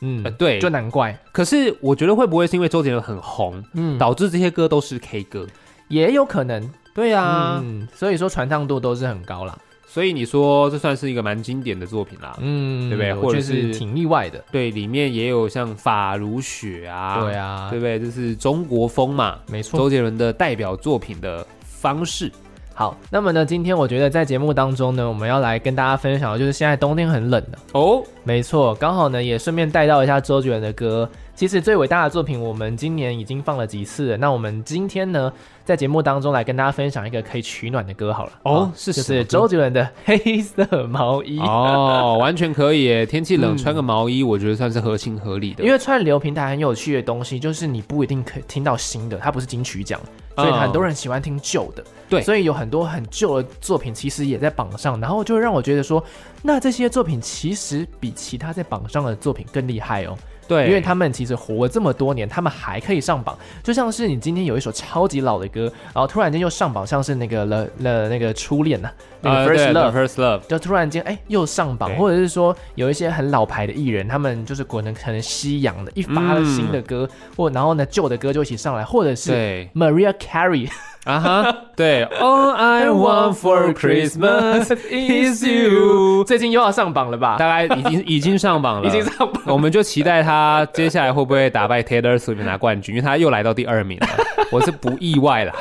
[SPEAKER 1] 嗯，
[SPEAKER 2] 呃，对，
[SPEAKER 1] 就难怪，
[SPEAKER 2] 可是我觉得会不会是因为周杰伦很红，
[SPEAKER 1] 嗯，
[SPEAKER 2] 导致这些歌都是 K 歌？
[SPEAKER 1] 也有可能
[SPEAKER 2] 对啊，
[SPEAKER 1] 嗯，所以说传唱度都是很高啦，
[SPEAKER 2] 所以你说这算是一个蛮经典的作品啦。
[SPEAKER 1] 嗯，
[SPEAKER 2] 对不对
[SPEAKER 1] 我
[SPEAKER 2] 或者
[SPEAKER 1] 觉得
[SPEAKER 2] 是
[SPEAKER 1] 是挺意外的，
[SPEAKER 2] 对，里面也有像法如雪啊，
[SPEAKER 1] 对啊
[SPEAKER 2] 对，不对？这是中国风嘛，
[SPEAKER 1] 没错。
[SPEAKER 2] 周杰伦的代表作品的方式。
[SPEAKER 1] 好，那么呢，今天我觉得在节目当中呢，我们要来跟大家分享的就是现在冬天很冷的、
[SPEAKER 2] 哦，
[SPEAKER 1] 没错，刚好呢也顺便带到一下周杰伦的歌。其实最伟大的作品，我们今年已经放了几次了。那我们今天呢，在节目当中来跟大家分享一个可以取暖的歌好了。
[SPEAKER 2] 哦
[SPEAKER 1] 啊
[SPEAKER 2] 是
[SPEAKER 1] 就
[SPEAKER 2] 什么
[SPEAKER 1] 是
[SPEAKER 2] 歌
[SPEAKER 1] 周杰伦的《黑色毛衣》
[SPEAKER 2] 哦，完全可以耶！天气冷，
[SPEAKER 1] 嗯
[SPEAKER 2] 穿个毛衣，我觉得算是合情合理的。
[SPEAKER 1] 因为串流平台很有趣的东西，就是你不一定可以听到新的，它不是金曲奖，所以
[SPEAKER 2] 嗯
[SPEAKER 1] 很多人喜欢听旧的。
[SPEAKER 2] 对
[SPEAKER 1] 所以有很多很旧的作品其实也在榜上，然后就会让我觉得说，那这些作品其实比其他在榜上的作品更厉害哦，
[SPEAKER 2] 对，
[SPEAKER 1] 因为他们其实活了这么多年，他们还可以上榜。就像是你今天有一首超级老的歌，然后突然间又上榜，像是那个了了那个初恋呐、那
[SPEAKER 2] 呃
[SPEAKER 1] 个 First
[SPEAKER 2] 对
[SPEAKER 1] Love，、
[SPEAKER 2] The first love，
[SPEAKER 1] 就突然间哎、又上榜
[SPEAKER 2] 对，
[SPEAKER 1] 或者是说有一些很老牌的艺人，他们就是可能可能西洋的一发
[SPEAKER 2] 嗯
[SPEAKER 1] 新的歌，或然后呢旧的歌就一起上来，或者是
[SPEAKER 2] 对
[SPEAKER 1] Maria Carey
[SPEAKER 2] 啊哈，对，All I want for Christmas is you，
[SPEAKER 1] 最近又要上榜了吧？
[SPEAKER 2] 大概已经已经上榜了，
[SPEAKER 1] 已经上榜，
[SPEAKER 2] 我们就期待他接下来会不会打败 Taylor Swift 拿冠军，因为他又来到第二 名了，我是不意外啦。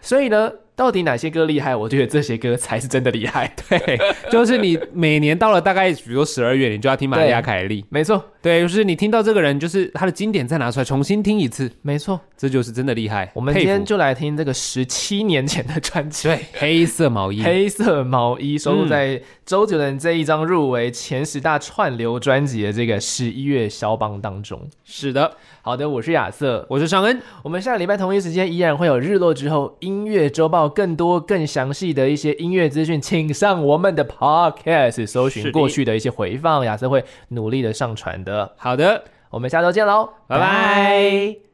[SPEAKER 1] 所以呢，到底哪些歌厉害？我觉得这些歌才是真的厉害。
[SPEAKER 2] 对， 就是你每年到了大概比如十二月，你就要听玛利亚凯莉，
[SPEAKER 1] 没错，
[SPEAKER 2] 对，就是你听到这个人，就是他的经典再拿出来重新听一次，
[SPEAKER 1] 没错。
[SPEAKER 2] 这就是真的厉害。
[SPEAKER 1] 我们
[SPEAKER 2] 佩
[SPEAKER 1] 今
[SPEAKER 2] 服
[SPEAKER 1] 天就来听这个十七年前的专辑。
[SPEAKER 2] 对黑色毛衣，
[SPEAKER 1] 黑色毛衣收录在周杰伦这一张入围前十大串流专辑的这个十一月肖邦当中。
[SPEAKER 2] 是的，
[SPEAKER 1] 好的，我是亚瑟，
[SPEAKER 2] 我是尚恩，
[SPEAKER 1] 我们下个礼拜同一时间依然会有日落之后音乐周报，更多更详细的一些音乐资讯，请上我们的 podcast 搜
[SPEAKER 2] 是
[SPEAKER 1] 寻
[SPEAKER 2] 的
[SPEAKER 1] 过去的一些回放，亚瑟会努力的上传的。
[SPEAKER 2] 好的，
[SPEAKER 1] 我们下周见喽，
[SPEAKER 2] 拜拜